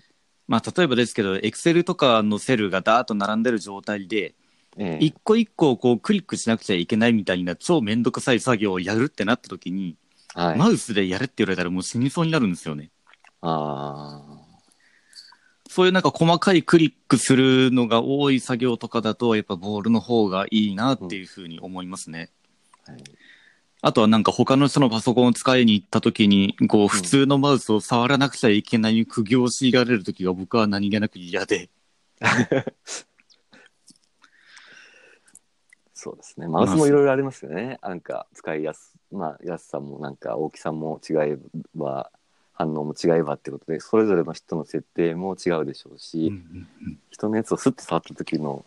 Speaker 1: まあ、例えばですけど、エクセルとかのセルがダーッと並んでる状態で、
Speaker 2: ええ
Speaker 1: 一個一個をこうクリックしなくちゃいけないみたいな超めんどくさい作業をやるってなった時に、
Speaker 2: はい。
Speaker 1: マウスでやれって言われたらもう死にそうになるんですよね。
Speaker 2: あ
Speaker 1: そういうなんか細かいクリックするのが多い作業とかだと、やっぱボールの方がいいなっていうふうに思いますね。
Speaker 2: あ、はい
Speaker 1: あとはなんか他の人のパソコンを使いに行った時に、こう普通のマウスを触らなくちゃいけない苦行を強いられる時が僕は何気なく嫌で。
Speaker 2: そうですね。マウスもいろいろありますよね。なんか使いやす、まあ、安さもなんか大きさも違えば、反応も違えばってことで、それぞれの人の設定も違うでしょうし、
Speaker 1: うんうんうん
Speaker 2: 人のやつをスッと触った時の、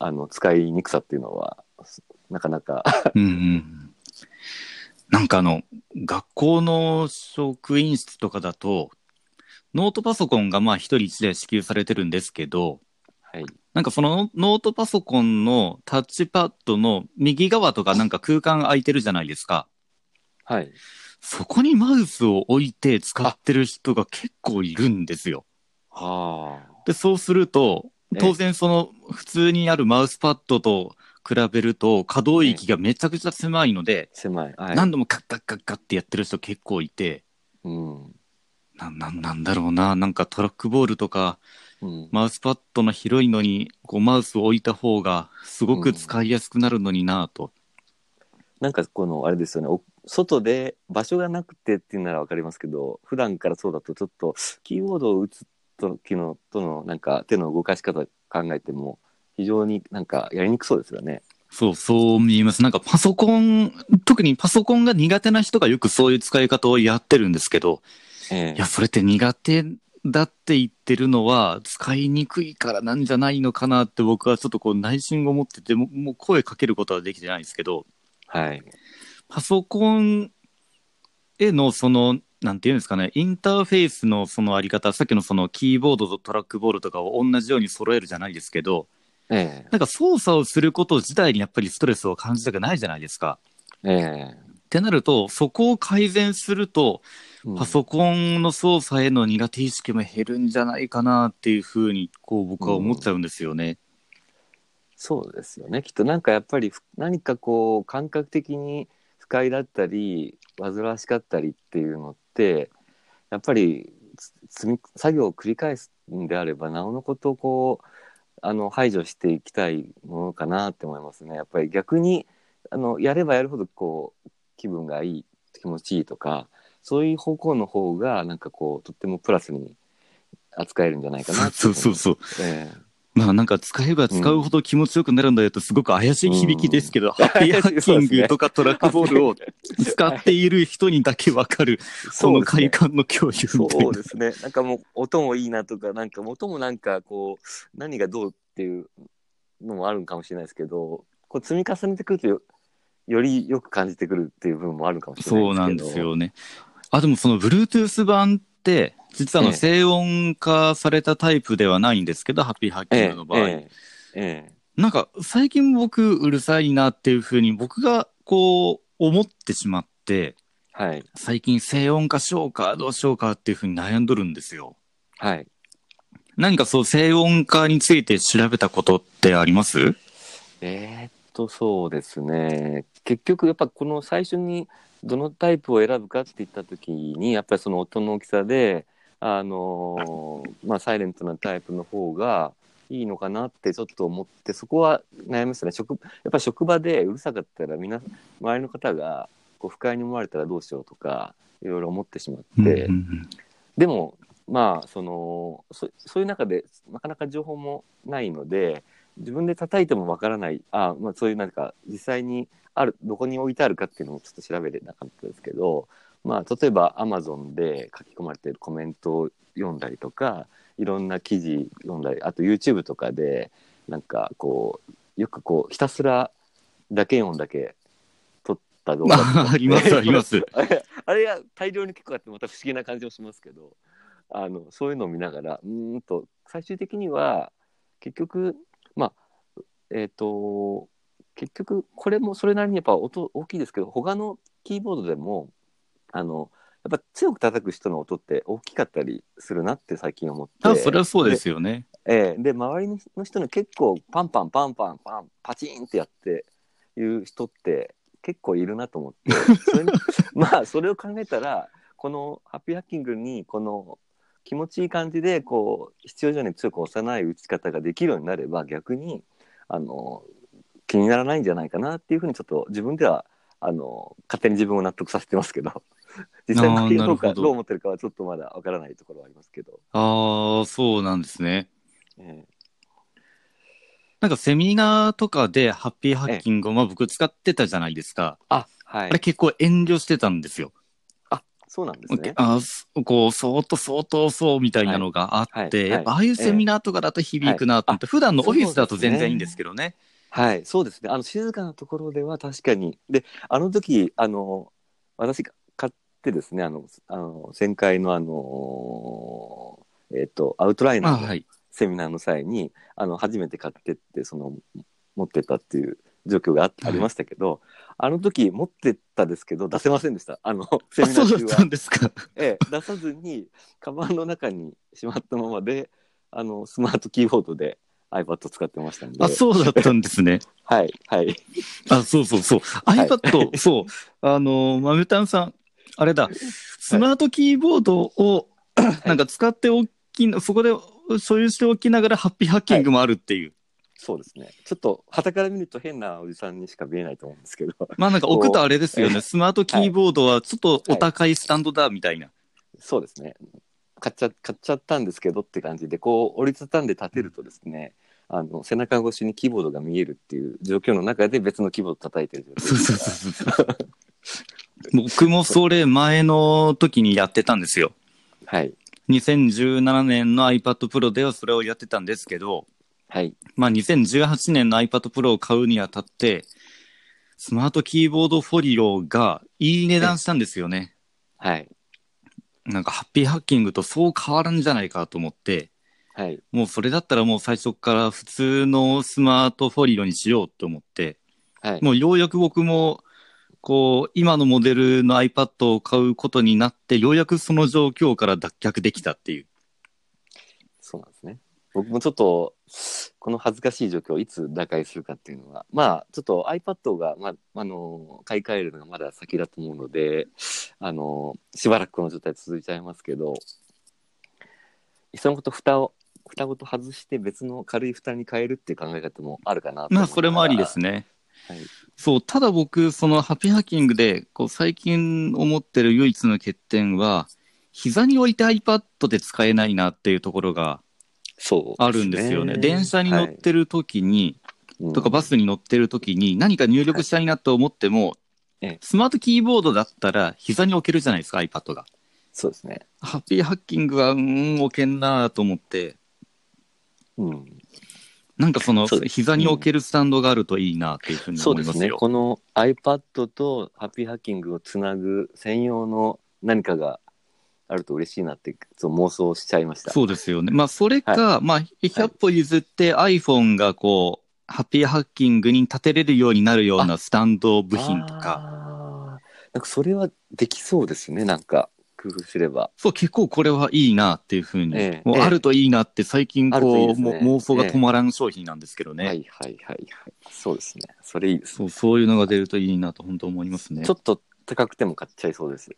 Speaker 2: あの、使いにくさっていうのは、すなかなか、
Speaker 1: うんうんなんかあの、学校の職員室とかだと、ノートパソコンがまあ一人一台支給されてるんですけど、
Speaker 2: はい。
Speaker 1: なんかそのノートパソコンのタッチパッドの右側とかなんか空間空いてるじゃないですか。
Speaker 2: はい。
Speaker 1: そこにマウスを置いて使ってる人が結構いるんですよ。
Speaker 2: はあ。
Speaker 1: で、そうすると
Speaker 2: え、え
Speaker 1: 当然その普通にあるマウスパッドと比べると可動域がめちゃくちゃ狭いので、
Speaker 2: 狭い。はい。
Speaker 1: 何度もカッカッカッカッってやってる人結構いて、
Speaker 2: うん。
Speaker 1: な、なんなんだろうな、なんかトラックボールとか、
Speaker 2: うん。
Speaker 1: マウスパッドの広いのに、こうマウスを置いた方がすごく使いやすくなるのになぁと。
Speaker 2: なんかこのあれですよねお外で場所がなくてっていうならわかりますけど普段からそうだとちょっとキーボードを打つ時のとのなんか手の動かし方考えても非常になんかやりにくそうですよね。
Speaker 1: そう、そう見えます。なんかパソコン、特にパソコンが苦手な人がよくそういう使い方をやってるんですけど、
Speaker 2: え
Speaker 1: いや、それって苦手だって言ってるのは、使いにくいからなんじゃないのかなって僕はちょっとこう内心を持ってて、ももう声かけることはできてないんですけど、
Speaker 2: はい。
Speaker 1: パソコンへのその、なんていうんですかね、インターフェースのそのあり方、さっきのそのキーボードとトラックボールとかを同じように揃えるじゃないですけど、
Speaker 2: え
Speaker 1: なんか操作をすること自体にやっぱりストレスを感じたくないじゃないですか。
Speaker 2: ええ
Speaker 1: ってなると、そこを改善すると、
Speaker 2: え
Speaker 1: パソコンの操作への苦手意識も減るんじゃないかなっていうふうに、こう僕は思っちゃうんですよね。
Speaker 2: そうですよねきっとなんかやっぱりふ何かこう感覚的に不快だったり煩わしかったりっていうのってやっぱりつ積み作業を繰り返すんであればなおのことこうあの排除していきたいものかなって思いますね。やっぱり逆にあのやればやるほどこう気分がいい気持ちいいとかそういう方向の方がなんかこうとってもプラスに扱えるんじゃないかなって
Speaker 1: そうそうそう。
Speaker 2: え
Speaker 1: まあなんか使えば使うほど気持ちよくなるんだよとすごく怪しい響きですけど、ハッピーハッキングとかトラックボー ルを使っている人にだけわかる、
Speaker 2: え
Speaker 1: そ
Speaker 2: そう
Speaker 1: の
Speaker 2: ですね
Speaker 1: 快感の共有みたい
Speaker 2: そう
Speaker 1: な
Speaker 2: で。すね。なんかもう音もいいなとか、なんか音もなんかこう、何がどうっていうのもあるんかもしれないですけど、こう積み重ねてくるとよ、よりよく感じてくるっていう部分もあるかもしれない
Speaker 1: そうなんで
Speaker 2: けど。
Speaker 1: す。よね。あ、でもその Bluetooth 版って、実はあ
Speaker 2: え
Speaker 1: の
Speaker 2: え
Speaker 1: 静音化されたタイプではないんですけど、ハッピーハッキン
Speaker 2: え
Speaker 1: グの場
Speaker 2: え
Speaker 1: 合。
Speaker 2: えええ
Speaker 1: なんか最近僕うるさいなっていうふうに僕がこう思ってしまって、
Speaker 2: えはい。
Speaker 1: 最近静音化しようかどうしようかっていうふうに悩んどるんですよ。
Speaker 2: はい。
Speaker 1: 何かそう静音化について調べたことってあります
Speaker 2: えーっと、そうですね。結局、やっぱこの最初にどのタイプを選ぶかって言った時に、やっぱりその音の大きさで、あのーまあ、サイレントなタイプの方がいいのかなってちょっと思って、そこは悩みましたね。職やっぱ職場でうるさかったら、みんな、周りの方がこう不快に思われたらどうしようとか、いろいろ思ってしまって、
Speaker 1: うんうん
Speaker 2: でもまあそのそそういう中でなかなか情報もないので自分で叩いてもわからないあ、まあ、そういうなんか実際にあるどこに置いてあるかっていうのもちょっと調べれなかったですけど、まあ、例えば Amazon で書き込まれているコメントを読んだりとかいろんな記事読んだりあと YouTube とかでなんかこうよくこうひたすらだけ読んだけ撮った動
Speaker 1: うん
Speaker 2: 画とか
Speaker 1: あありますあります。
Speaker 2: あれあれが大量に結構あってまた不思議な感じもしますけどあのそういうのを見ながらうーんと最終的には結局まあえっ、と結局これもそれなりにやっぱ音大きいですけど他のキーボードでもあのやっぱ強く叩く人の音って大きかったりするなって最近思って
Speaker 1: あそれはそうですよね。
Speaker 2: ええで周りの人の結構パンパンパンパンパンパチンってやっていう人って結構いるなと思って それにまあそれを考えたらこのハッピーハッキングにこの気持ちいい感じでこう必要以上に強く押さない打ち方ができるようになれば逆にあの気にならないんじゃないかなっていうふうにちょっと自分ではあの勝手に自分を納得させてますけど実際
Speaker 1: あー
Speaker 2: 周りの方が
Speaker 1: なるほど
Speaker 2: どう思ってるかはちょっとまだわからないところはありますけど。
Speaker 1: ああ、そうなんですね。
Speaker 2: え
Speaker 1: なんかセミナーとかでハッピーハッキングをまあ僕使ってたじゃないですか。
Speaker 2: えあはい
Speaker 1: あれ結構遠慮してたんですよ。
Speaker 2: そうなんですね。
Speaker 1: あすこう、そーっとそーっとそうみたいなのがあって、
Speaker 2: はいはい
Speaker 1: やっぱああいうセミナーとかだと響くなと思って、普段のオフィスだと全然いいんですけどね。
Speaker 2: はい、そうですね。あの静かなところでは確かに。で、あの時、あの、私が買ってですね、あの、あの、旋回のあの、えっ、と、アウトライナ
Speaker 1: あ
Speaker 2: ーの
Speaker 1: はい。
Speaker 2: セミナーの際にあの初めて買ってってその持ってったっていう状況があありましたけど、あの時持ってったですけど出せませんでしたあのセ
Speaker 1: あ
Speaker 2: ミ
Speaker 1: そ
Speaker 2: ナ
Speaker 1: うだ
Speaker 2: ー中
Speaker 1: った
Speaker 2: は、
Speaker 1: んですか。
Speaker 2: ええ、出さずにカバンの中にしまったままであのスマートキーボードで iPad 使ってましたんで
Speaker 1: あ、そうだったんですね。
Speaker 2: はいはい
Speaker 1: あ、そうそうそう。
Speaker 2: い
Speaker 1: iPad、そう。あの、マムタンさん、あれだ、スマートキーボードを、なんか使っておきな、そこで所有しておきながら、ハッピーハッキングもあるっていう。
Speaker 2: そうですねちょっと傍から見ると変なおじさんにしか見えないと思うんですけど
Speaker 1: まあなんか置くとあれですよね、スマートキーボードはちょっとお高いスタンドだみたいな。
Speaker 2: そうですね買っちゃ買っちゃったんですけどって感じでこう折りたたんで立てるとですね、あの背中越しにキーボードが見えるっていう状況の中で別のキーボード叩いてる状況
Speaker 1: そうそうそうそう。僕もそれ前の時にやってたんですよ。
Speaker 2: はい
Speaker 1: 2017年の iPad Pro ではそれをやってたんですけど、
Speaker 2: はい
Speaker 1: まあ、2018年の iPad Pro を買うにあたって、スマートキーボードフォリオがいい値段したんですよね。
Speaker 2: はい
Speaker 1: なんかハッピーハッキングとそう変わらんじゃないかと思って、
Speaker 2: はい
Speaker 1: もうそれだったらもう最初から普通のスマートフォリオにしようと思って、
Speaker 2: はい
Speaker 1: もうようやく僕も、こう、今のモデルの iPad を買うことになって、ようやくその状況から脱却できたっていう。
Speaker 2: そうなんですね僕もちょっとこの恥ずかしい状況をいつ打開するかっていうのはまあちょっと iPad が、まあ、あの買い替えるのがまだ先だと思うのであのしばらくこの状態続いちゃいますけどいっそのこと蓋を蓋ごと外して別の軽い蓋に変えるっていう考え方もあるかなと思い
Speaker 1: ま
Speaker 2: ながら
Speaker 1: あ、それもありですね。
Speaker 2: はい
Speaker 1: そう、ただ僕、そのハッピーハッキングで、こう、最近思ってる唯一の欠点は、膝に置いて iPad で使えないなっていうところが
Speaker 2: そう
Speaker 1: あるんですよね。
Speaker 2: す
Speaker 1: 電車に乗っ、てる時に、
Speaker 2: はい
Speaker 1: とかバスに乗ってる時に、何か入力したいなと思っても、
Speaker 2: ええ
Speaker 1: スマートキーボードだったら膝に置けるじゃないですか、iPad が。
Speaker 2: そうですね
Speaker 1: ハッピーハッキングは、うーん、置けんなと思って、
Speaker 2: うん
Speaker 1: なんかその、
Speaker 2: そうです
Speaker 1: 膝に置けるスタンドがあるといいなっていうふうに
Speaker 2: そう
Speaker 1: 思
Speaker 2: で
Speaker 1: いますす
Speaker 2: ね。
Speaker 1: よ。
Speaker 2: この iPad とハッピーハッキングをつなぐ専用の何かがあると嬉しいなってそう妄想しちゃいました。
Speaker 1: そうですよね。まあ、それか、まあ、100歩譲って iPhone がこう、ハッピーハッキングに立てれるようになるようなスタンド部品とか、
Speaker 2: か。なんかそれはできそうですね。なんか工夫すれば。
Speaker 1: そう、結構これはいいなっていうふうに、
Speaker 2: ええ
Speaker 1: もう
Speaker 2: ええ
Speaker 1: あるといいなって最近
Speaker 2: あるといい
Speaker 1: こ
Speaker 2: で
Speaker 1: う、
Speaker 2: すね
Speaker 1: も妄想が止まらん商品なんですけどね。
Speaker 2: はいはいはいはい。そうですね。それいいですね。
Speaker 1: そうそういうのが出るといいなと本当思いますね。
Speaker 2: ちょっと高くても買っちゃいそうです。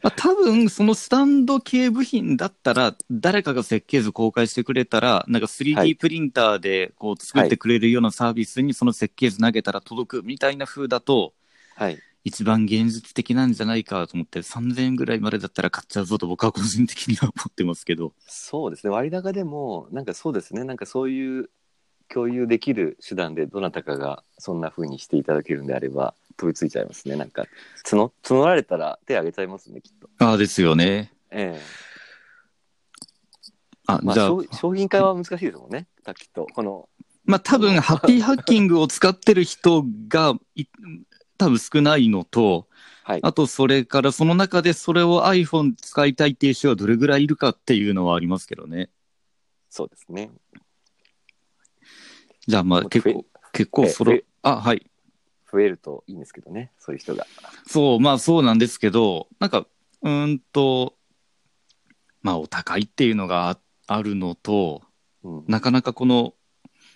Speaker 1: まあ、多分そのスタンド系部品だったら誰かが設計図公開してくれたらなんか
Speaker 2: はい
Speaker 1: 3D プリンターでこう作ってくれるようなサービスにその設計図投げたら届くみたいな風だと、
Speaker 2: はい。
Speaker 1: 一番現実的なんじゃないかと思って3000円ぐらいまでだったら買っちゃうぞと僕は個人的には思ってますけど
Speaker 2: そうですね。割高でもなんかそうですね。なんかそういう共有できる手段でどなたかがそんな風にしていただけるんであれば飛びついちゃいますね。なんか募募られたら手挙げちゃいますねきっと。
Speaker 1: ああですよね
Speaker 2: ええ
Speaker 1: あ、
Speaker 2: まあ
Speaker 1: じゃあ
Speaker 2: 商商品化は難しいですもんね。きっとこの
Speaker 1: まあ多分ハッピーハッキングを使ってる人がい多分少ないのと
Speaker 2: はい
Speaker 1: あとそれからその中でそれを iPhone 使いたいっていう人がどれぐらいいるかっていうのはありますけどね
Speaker 2: そうですね。
Speaker 1: じゃあまあ
Speaker 2: もう
Speaker 1: 結
Speaker 2: 増
Speaker 1: 構結構そろ
Speaker 2: え
Speaker 1: あはい
Speaker 2: 増えるといいんですけどね。そういう人が。
Speaker 1: そう、まあそうなんですけど、なんか、うーんと、まあお高いっていうのがああるのと、
Speaker 2: うん。
Speaker 1: なかなかこの、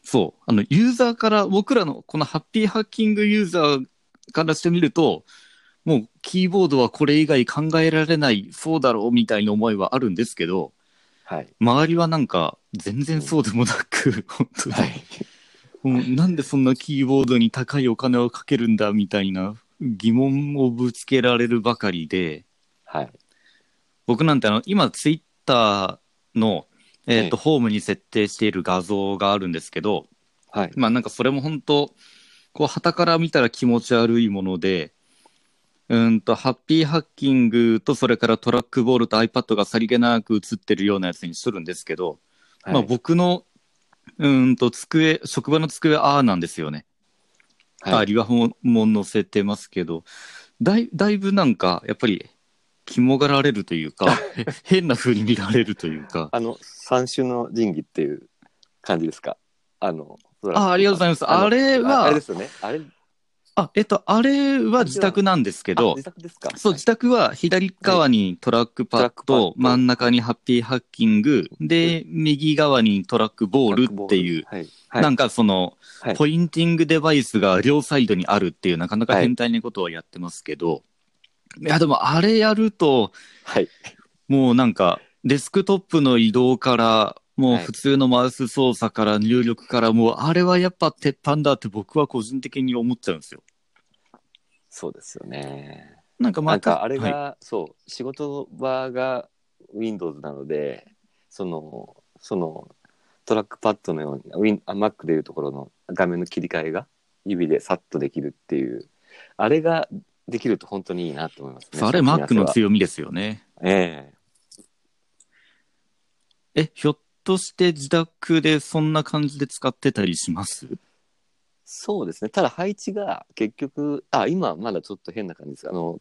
Speaker 1: そう、あの、ユーザーから、僕らのこのハッピーハッキングユーザーからしてみると、もうキーボードはこれ以外考えられない、そうだろうみたいな思いはあるんですけど、
Speaker 2: はい。
Speaker 1: 周りはなんか全然そうでもなく、本当に、
Speaker 2: はい。
Speaker 1: うんなんでそんなキーボードに高いお金をかけるんだみたいな疑問をぶつけられるばかりで、
Speaker 2: はい。
Speaker 1: 僕なんてあの今ツイッターの、えーと
Speaker 2: え
Speaker 1: ホームに設定している画像があるんですけど
Speaker 2: はい。
Speaker 1: まあなんかそれも本当こう傍から見たら気持ち悪いものでうーんとハッピーハッキングとそれからトラックボールと iPad がさりげなく映ってるようなやつにするんですけど、まあ
Speaker 2: はい
Speaker 1: 僕のうーんと机職場の机ああなんですよね、あ
Speaker 2: はい。
Speaker 1: リワホンも載せてますけどだいだいぶなん かやっぱり肝がられるというか変な風に見られるというか
Speaker 2: あの三種の神器っていう感じですか。あの、
Speaker 1: あありがとうございます
Speaker 2: の
Speaker 1: あれは
Speaker 2: ああれですよね。あれ、
Speaker 1: あ、えっと、あれは自宅なんですけ
Speaker 2: あ
Speaker 1: ど
Speaker 2: 自、宅ですか。
Speaker 1: そう、自宅は左側にトラックパッ
Speaker 2: トラッ
Speaker 1: ド
Speaker 2: ク、パッド
Speaker 1: 真ん中にハッピーハッキング、で、右側にトラックボールっていう、
Speaker 2: はい。はい
Speaker 1: なんかその
Speaker 2: はい、
Speaker 1: ポインティングデバイスが両サイドにあるっていう、なかなか
Speaker 2: はい
Speaker 1: 変態なことはやってますけど、いや、でもあれやると、
Speaker 2: はい。
Speaker 1: もうなんか、デスクトップの移動から、もう普通のマウス操作から入力から、もうあれはやっぱ鉄板だって僕は個人的に思っちゃうんですよ。
Speaker 2: そうですよね。
Speaker 1: なんかま
Speaker 2: なん
Speaker 1: た
Speaker 2: かあれが、
Speaker 1: はい
Speaker 2: そう仕事場が Windows なのでそのそのトラックパッドのようにウィンあ Mac でいうところの画面の切り替えが指でさっとできるっていうあれができると本当にいいなと思いますね。
Speaker 1: そうあれマックの
Speaker 2: 組
Speaker 1: 強みですよね。
Speaker 2: み合わせはえ
Speaker 1: え、ひょっとして自宅でそんな感じで使ってたりします
Speaker 2: えそうですねただ配置が結局あ今まだちょっと変な感じですあの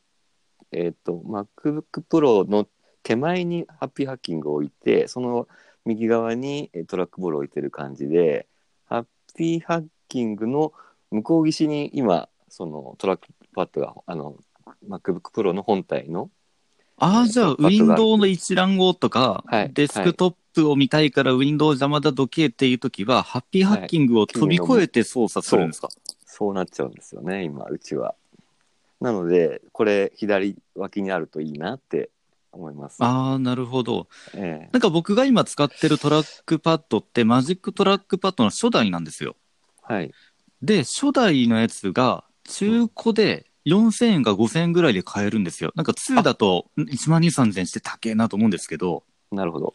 Speaker 2: えっ、と MacBookPro の手前にハッピーハッキングを置いてその右側にえートラックボールを置いてる感じでハッピーハッキングの向こう岸に今そのトラックパッドがあの MacBookPro の本体の
Speaker 1: ああ、じゃあ、ウ
Speaker 2: パッドがある
Speaker 1: ィンドウの一覧をとか、
Speaker 2: はい
Speaker 1: デスクトップを見たいからウィンドウ邪魔だどけっていうときは、ハッピーハッキングを飛び越えて操作するんですか、
Speaker 2: そうなっちゃうんですよね今うちは。なのでこれ左脇にあるといいなって思います。
Speaker 1: ああ、なるほど。
Speaker 2: ええ
Speaker 1: なんか僕が今使ってるトラックパッドって、マジックトラックパッドの初代なんですよ。
Speaker 2: はい、
Speaker 1: で、初代のやつが、中古で4000円か5000円ぐらいで買えるんですよ。なんか2だと1万2、3000円して高えなと思うんですけど、
Speaker 2: なるほど。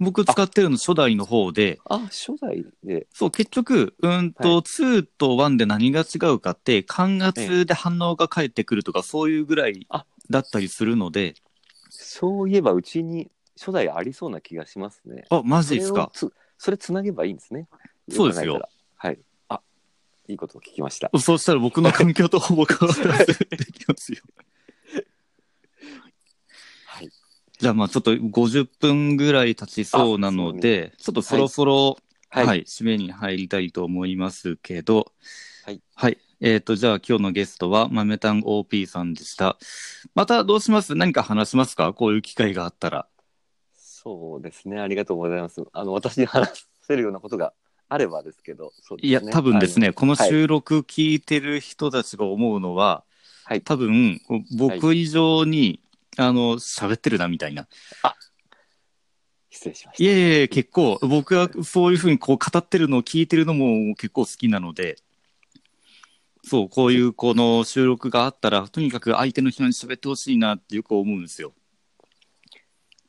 Speaker 1: 僕使ってるの初代の方で、
Speaker 2: あ初代で
Speaker 1: そう、結局、うん
Speaker 2: は
Speaker 1: と、2と1で何が違うかって、感圧で反応が返ってくるとか、そういうぐらい
Speaker 2: あ
Speaker 1: だったりするので、
Speaker 2: そういえばうちに初代ありそうな気がしますね。
Speaker 1: あ、マジですか。
Speaker 2: それをつそれつなげばいいんですね。
Speaker 1: そうですよ
Speaker 2: く考えたら。はい。あいいことを聞きました。
Speaker 1: そうしたら僕の環境とほぼ変わらずできますよ。
Speaker 2: はい。
Speaker 1: じゃあまあちょっと50分ぐらい経ちそうな ので、ちょっとそろそろ、は、
Speaker 2: はいい。
Speaker 1: 締めに入りたいと思いますけど、
Speaker 2: はい。
Speaker 1: えっ、と、じゃあ今日のゲストは、豆炭 OP さんでした。またどうします何か話しますかこういう機会があったら。
Speaker 2: そうですね。ありがとうございます。あの私に話せるようなことがあればですけど。そうです
Speaker 1: いや、多分ですね、この
Speaker 2: はい
Speaker 1: 収録聞いてる人たちが思うのは、
Speaker 2: はい
Speaker 1: 多分、こう僕以上に、あの、喋ってるな、みたいな。
Speaker 2: 失礼しまし
Speaker 1: いえいえ、結構、僕はそういうふうにこう語ってるのを聞いてるのも結構好きなので、そう、こういうこの収録があったら、とにかく相手の人に喋ってほしいなってよく思うんですよ。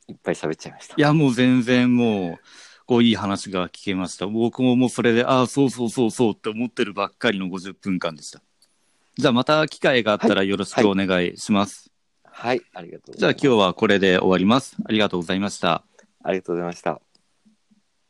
Speaker 2: た。いっぱい喋っちゃいました。
Speaker 1: いや、もう全然もう、こういい話が聞けました。僕ももうそれで、ああ、そうそうそうそうって思ってるばっかりの50分間でした。じゃあまた機会があったらよろしくお願いします。
Speaker 2: はい。ありがとうご
Speaker 1: じゃ
Speaker 2: ざ
Speaker 1: あ
Speaker 2: います。
Speaker 1: 今日はこれで終わります。ありがとうございました。
Speaker 2: ありがとうございました。